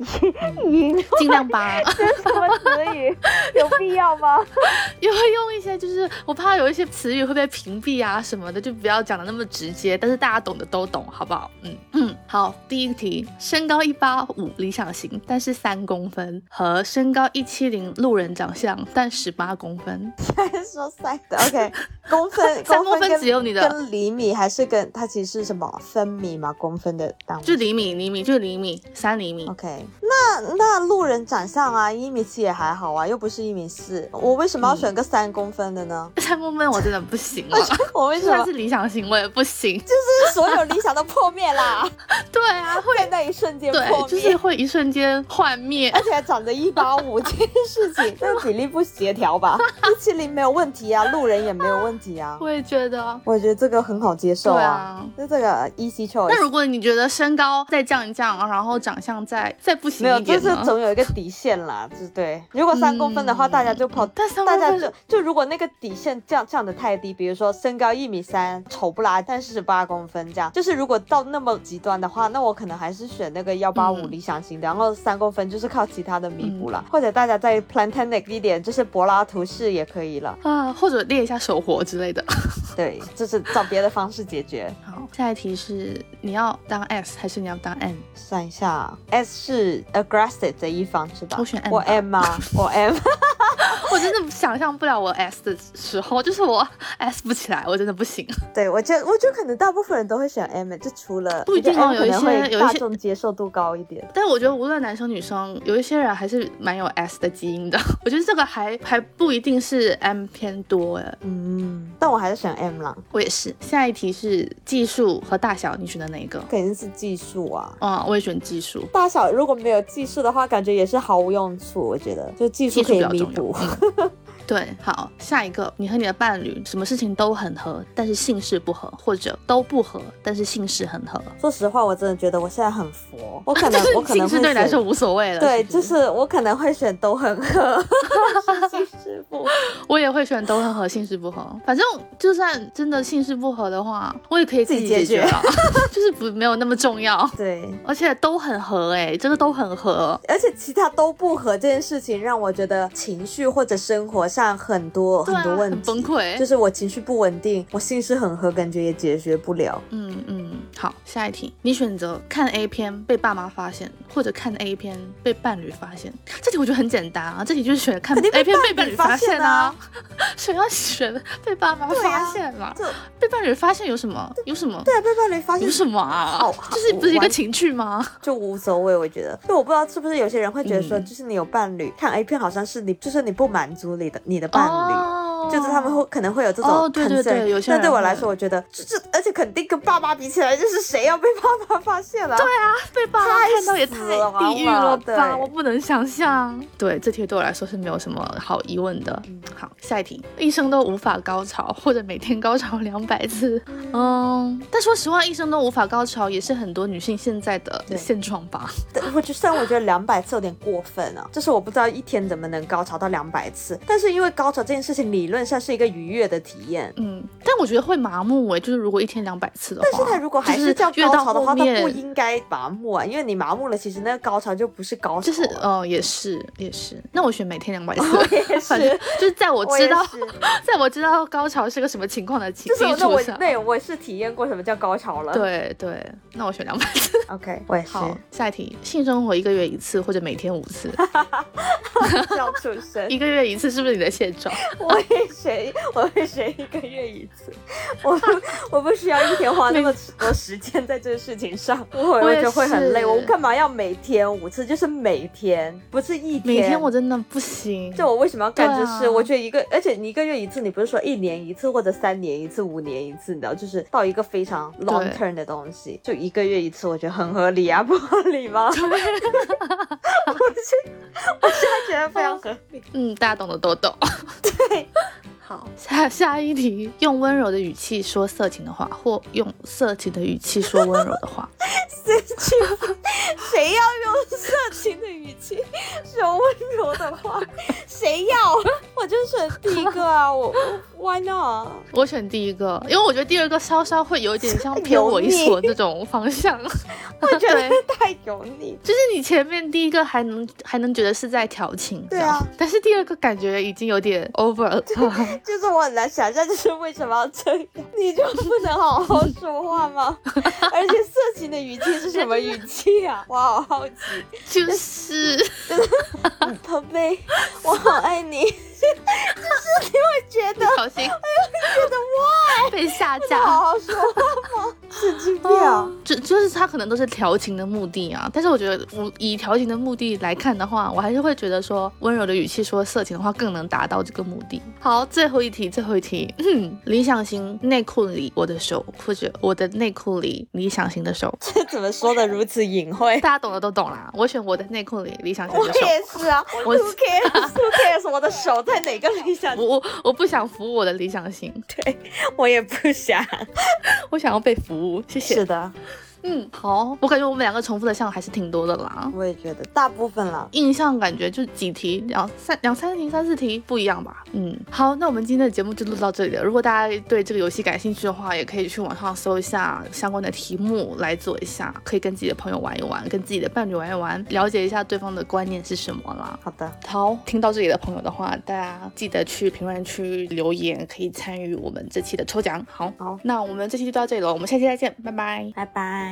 Speaker 3: 赢
Speaker 2: 尽量吧。
Speaker 3: 这是嗯 什么词语？有必要吗？
Speaker 2: 也会用一些，就是我怕有一些词语会被屏蔽啊什么的，就不要讲的那么直接，但是大家懂的都懂，好不好？嗯嗯，好，第一题，身高一八五理想型，但是三公分，和身高一七零路人长相，但十八公分，
Speaker 3: 还是说塞的？OK，公 分，
Speaker 2: 三公
Speaker 3: 分
Speaker 2: 分
Speaker 3: 跟
Speaker 2: 只有你的
Speaker 3: 跟厘米还是跟它其实是什么分米嘛？公分的单位
Speaker 2: 就厘米，厘米就厘米，三厘米。
Speaker 3: OK，那那路人长相啊，一米七也还好啊，又不是一米四，我为什么要
Speaker 2: 嗯
Speaker 3: 选个三公分的 呢？
Speaker 2: 三公分我真的不行 了，
Speaker 3: 我为
Speaker 2: 就
Speaker 3: 什么
Speaker 2: 算是啊理想型我也不行。
Speaker 3: 就是所有理想都破灭啦，
Speaker 2: 对啊，会
Speaker 3: 在那一瞬间破
Speaker 2: 对，啊
Speaker 3: 灭，
Speaker 2: 就是会一瞬间幻灭
Speaker 3: 而。且还长着一八五这件事 情，这个比例不协调吧？一七零没有问题啊，路人也没有问题 啊，
Speaker 2: 我也觉得，
Speaker 3: 我觉得这个很好接受
Speaker 2: 对
Speaker 3: 啊，
Speaker 2: 啊。
Speaker 3: 就这个 easy choice。
Speaker 2: 那如果你觉得身高再降一降，然后长相再再不行
Speaker 3: 没有，
Speaker 2: 一
Speaker 3: 就
Speaker 2: 点
Speaker 3: 是
Speaker 2: 呢？
Speaker 3: 总有一个底线啦，对对。如果三公分的话，
Speaker 2: 嗯
Speaker 3: 大家就跑，
Speaker 2: 但三
Speaker 3: 大
Speaker 2: 公
Speaker 3: 家
Speaker 2: 分
Speaker 3: 就就如果那个底线降降的太低，比如说身高一米三，丑不拉，但四十八公分这样，就是如果到那么极端的话，那我可能还是选那个幺八五
Speaker 2: 嗯
Speaker 3: 理想型的，然后三公分就是靠其他的弥补了，或者大家再 plantanic 一点，就是柏拉图式也可以了。
Speaker 2: 啊，或者练一下手活之类的。
Speaker 3: 对，就是找别的方式解决。
Speaker 2: 好，下一题是你要当 S 还是你要当 N？
Speaker 3: 算一下，S 是 aggressive 的一方是吧？
Speaker 2: 我选 M
Speaker 3: 我
Speaker 2: 吧
Speaker 3: M 吗？我 M。
Speaker 2: 我真的想象不了我 S 的时候，就是我 S 不起来，我真的不行。
Speaker 3: 对我觉得，我觉得可能大部分人都会选 M，就除了
Speaker 2: 不一定哦
Speaker 3: 我觉得
Speaker 2: 有一
Speaker 3: M 可能
Speaker 2: 些
Speaker 3: 会
Speaker 2: 有一些
Speaker 3: 大众接受度高一点。
Speaker 2: 但我觉得无论男生女生，有一些人还是蛮有 S 的基因的。 我觉得这个还还不一定是 M 偏多哎。
Speaker 3: 嗯，但我还是选 M 啦，
Speaker 2: 我也是。下一题是技术和大小，你选的哪一个？
Speaker 3: 肯定是技术啊。
Speaker 2: 嗯，我也选技术。
Speaker 3: 大小如果没有技术的话，感觉也是毫无用处。我觉得，就技
Speaker 2: 技
Speaker 3: 术
Speaker 2: 术
Speaker 3: 可
Speaker 2: 比
Speaker 3: 以
Speaker 2: 较
Speaker 3: 弥
Speaker 2: 重
Speaker 3: 补
Speaker 2: 要。。 嗯对，好，下一个，你和你的伴侣什么事情都很合，但是姓氏不合，或者都不合，但是姓氏很合。
Speaker 3: 说实话，我真的觉得我现在很 佛，我可能
Speaker 2: 就是
Speaker 3: 我可
Speaker 2: 姓
Speaker 3: 能会
Speaker 2: 氏对你来
Speaker 3: 选
Speaker 2: 说无所谓了。
Speaker 3: 对，
Speaker 2: 不
Speaker 3: 就是我可能会选都很合， 是技师傅。
Speaker 2: 我也会选都很合，姓氏不合。反正就算真的姓氏不合的话，我也可以
Speaker 3: 自己
Speaker 2: 己
Speaker 3: 解
Speaker 2: 解决
Speaker 3: 决
Speaker 2: 啊， 就是不没有那么重要。
Speaker 3: 对，
Speaker 2: 而且都很合哎、这个都很合。
Speaker 3: 而且其他都不合这件事情，让我觉得情绪或者生活上很多、
Speaker 2: 对
Speaker 3: 很
Speaker 2: 啊
Speaker 3: 多问
Speaker 2: 很
Speaker 3: 题，
Speaker 2: 崩溃
Speaker 3: 就是我情绪不稳定，我心事很合，感觉也解决不了。
Speaker 2: 嗯嗯，好，下一题，你选择看 A 片被爸妈发现，或者看 A 片被伴侣发现？这题我觉得很简单啊，这题就是选看
Speaker 3: 肯定被
Speaker 2: A 片被
Speaker 3: 伴
Speaker 2: 伴
Speaker 3: 侣
Speaker 2: 侣
Speaker 3: 发
Speaker 2: 发
Speaker 3: 现
Speaker 2: 现
Speaker 3: 啊
Speaker 2: 啊，谁要 选被爸妈
Speaker 3: 对啊
Speaker 2: 发现嘛？
Speaker 3: 这
Speaker 2: 被伴侣发现有什么？有什么？
Speaker 3: 对啊，被伴侣发现
Speaker 2: 有什么啊
Speaker 3: 好？
Speaker 2: 就是不是一
Speaker 3: 完
Speaker 2: 个情趣吗？
Speaker 3: 就无所谓，我觉得，就我不知道是不是有些人会觉得说，
Speaker 2: 嗯
Speaker 3: 就是你有伴侣、看 A 片，好像是你，就是你不满足你的你的伴侣。
Speaker 2: 哦
Speaker 3: 就是他们会可能会有这种 concern，、
Speaker 2: 哦对对对有些
Speaker 3: 但对
Speaker 2: 人
Speaker 3: 我
Speaker 2: 会
Speaker 3: 来说，我觉得这这，而且肯定跟爸妈比起来，就是谁要被爸妈发现了？对啊，
Speaker 2: 被爸妈
Speaker 3: 太
Speaker 2: 看到也
Speaker 3: 死
Speaker 2: 太
Speaker 3: 了吧
Speaker 2: 地狱了
Speaker 3: 对
Speaker 2: 吧！我不能想象。对，这题对我来说是没有什么好疑问的。
Speaker 3: 嗯
Speaker 2: 好，下一题，一生都无法高潮，或者每天高潮两百次。嗯，但说实话，一生都无法高潮也是很多女性现在的
Speaker 3: 对
Speaker 2: 现状吧。
Speaker 3: 对，我就虽然我觉得两百次有点过分啊，就是我不知道一天怎么能高潮到两百次，但是因为高潮这件事情理论上是一个愉悦的体验，
Speaker 2: 嗯，但我觉得会麻木诶、就是如果一天两百次的话，
Speaker 3: 但是它如果还
Speaker 2: 就是
Speaker 3: 叫
Speaker 2: 越
Speaker 3: 高
Speaker 2: 到
Speaker 3: 潮的
Speaker 2: 后
Speaker 3: 话，它
Speaker 2: 面
Speaker 3: 不应该麻木啊，因为你麻木了，其实那个高潮就不是高潮了，
Speaker 2: 就是哦，也是也是。那我选每天两百次，
Speaker 3: 我哦也
Speaker 2: 反正
Speaker 3: 是
Speaker 2: 就是在我知道
Speaker 3: 我也是，
Speaker 2: 在我知道高潮是个什么情况的基
Speaker 3: 就是
Speaker 2: 基
Speaker 3: 那
Speaker 2: 础
Speaker 3: 我
Speaker 2: 上。
Speaker 3: 那我是体验过什么叫高潮了，
Speaker 2: 对对，那我选两百次。
Speaker 3: ，OK，我也是
Speaker 2: 好，下一题，性生活一个月一次或者每天五 次，
Speaker 3: 笑出声，
Speaker 2: 一个月一次是不是你的现状？
Speaker 3: 我会学，我会学一个月一次，我不我不需要一天花那么多时间在这个事情上，我
Speaker 2: 我
Speaker 3: 我
Speaker 2: 也
Speaker 3: 就会很累。
Speaker 2: 是
Speaker 3: 我干嘛要每天五次？就是每天，不是一天。
Speaker 2: 每天我真的不行。
Speaker 3: 就我为什么要干这事？
Speaker 2: 对啊
Speaker 3: 我觉得一个，而且你一个月一次，你不是说一年一次或者三年一次、五年一次，你知道，就是到一个非常 long
Speaker 2: 对
Speaker 3: term 的东西，就一个月一次，我觉得很合理啊，不合理吗？我 觉得，我现在觉得非常合 理。
Speaker 2: 嗯，大家懂的都懂。
Speaker 3: 对，
Speaker 2: 好，下下一题，用温柔的语气说色情的话，或用色情的语气说温柔的 话。
Speaker 3: 谁去？谁要用色情的语气说温柔的话？谁要？我就选第一个啊！我我 Why not？
Speaker 2: 我选第一个，因为我觉得第二个稍稍会有一点像偏
Speaker 3: 油腻
Speaker 2: 猥琐那种方向。
Speaker 3: 我觉得
Speaker 2: 对
Speaker 3: 太油腻。
Speaker 2: 就是你前面第一个还能还能觉得是在调情，
Speaker 3: 对啊
Speaker 2: 这样，但是第二个感觉已经有点 over 了。
Speaker 3: 就是我很难想象，就是为什么要这样？你就不能好好说话 吗？而且色情的语气是什么语气 啊？我好好奇。
Speaker 2: 就是
Speaker 3: 宝贝，我好爱你。就是你会觉
Speaker 2: 不
Speaker 3: 得
Speaker 2: 小心，被下架。
Speaker 3: 好好说话吗？神经病啊！
Speaker 2: 就就是他可能都是调情的目的啊，但是我觉得我以调情的目的来看的话，我还是会觉得说温柔的语气说色情的话更能达到这个目的。好，最后一题，最后一题，嗯理想型内裤里我的手，或者我的内裤里理想型的手，
Speaker 3: 这怎么说的如此隐晦？
Speaker 2: 大家懂的都懂啦。我选我的内裤里理想型
Speaker 3: 我
Speaker 2: 的手。
Speaker 3: 也是啊，Who
Speaker 2: 我
Speaker 3: cares？Who cares？我的手在哪个理想？
Speaker 2: 我我我不想服务我的理想型，
Speaker 3: 我也不想。
Speaker 2: 我想要被服务，谢谢。
Speaker 3: 的，
Speaker 2: 嗯，好，我感觉我们两个重复的项目还是挺多的啦。
Speaker 3: 我也觉得大部分啦。
Speaker 2: 印象感觉就几题，两三两三题、三四题不一样吧。嗯，好，那我们今天的节目就录到这里了。如果大家对这个游戏感兴趣的话，也可以去网上搜一下相关的题目来做一下，可以跟自己的朋友玩一玩，跟自己的伴侣玩一玩，了解一下对方的观念是什么啦。
Speaker 3: 好的，
Speaker 2: 好，听到这里的朋友的话，大家记得去评论区留言，可以参与我们这期的抽奖。好，
Speaker 3: 好
Speaker 2: 那我们这期就到这里了，我们下期再见，拜拜。
Speaker 3: 拜拜。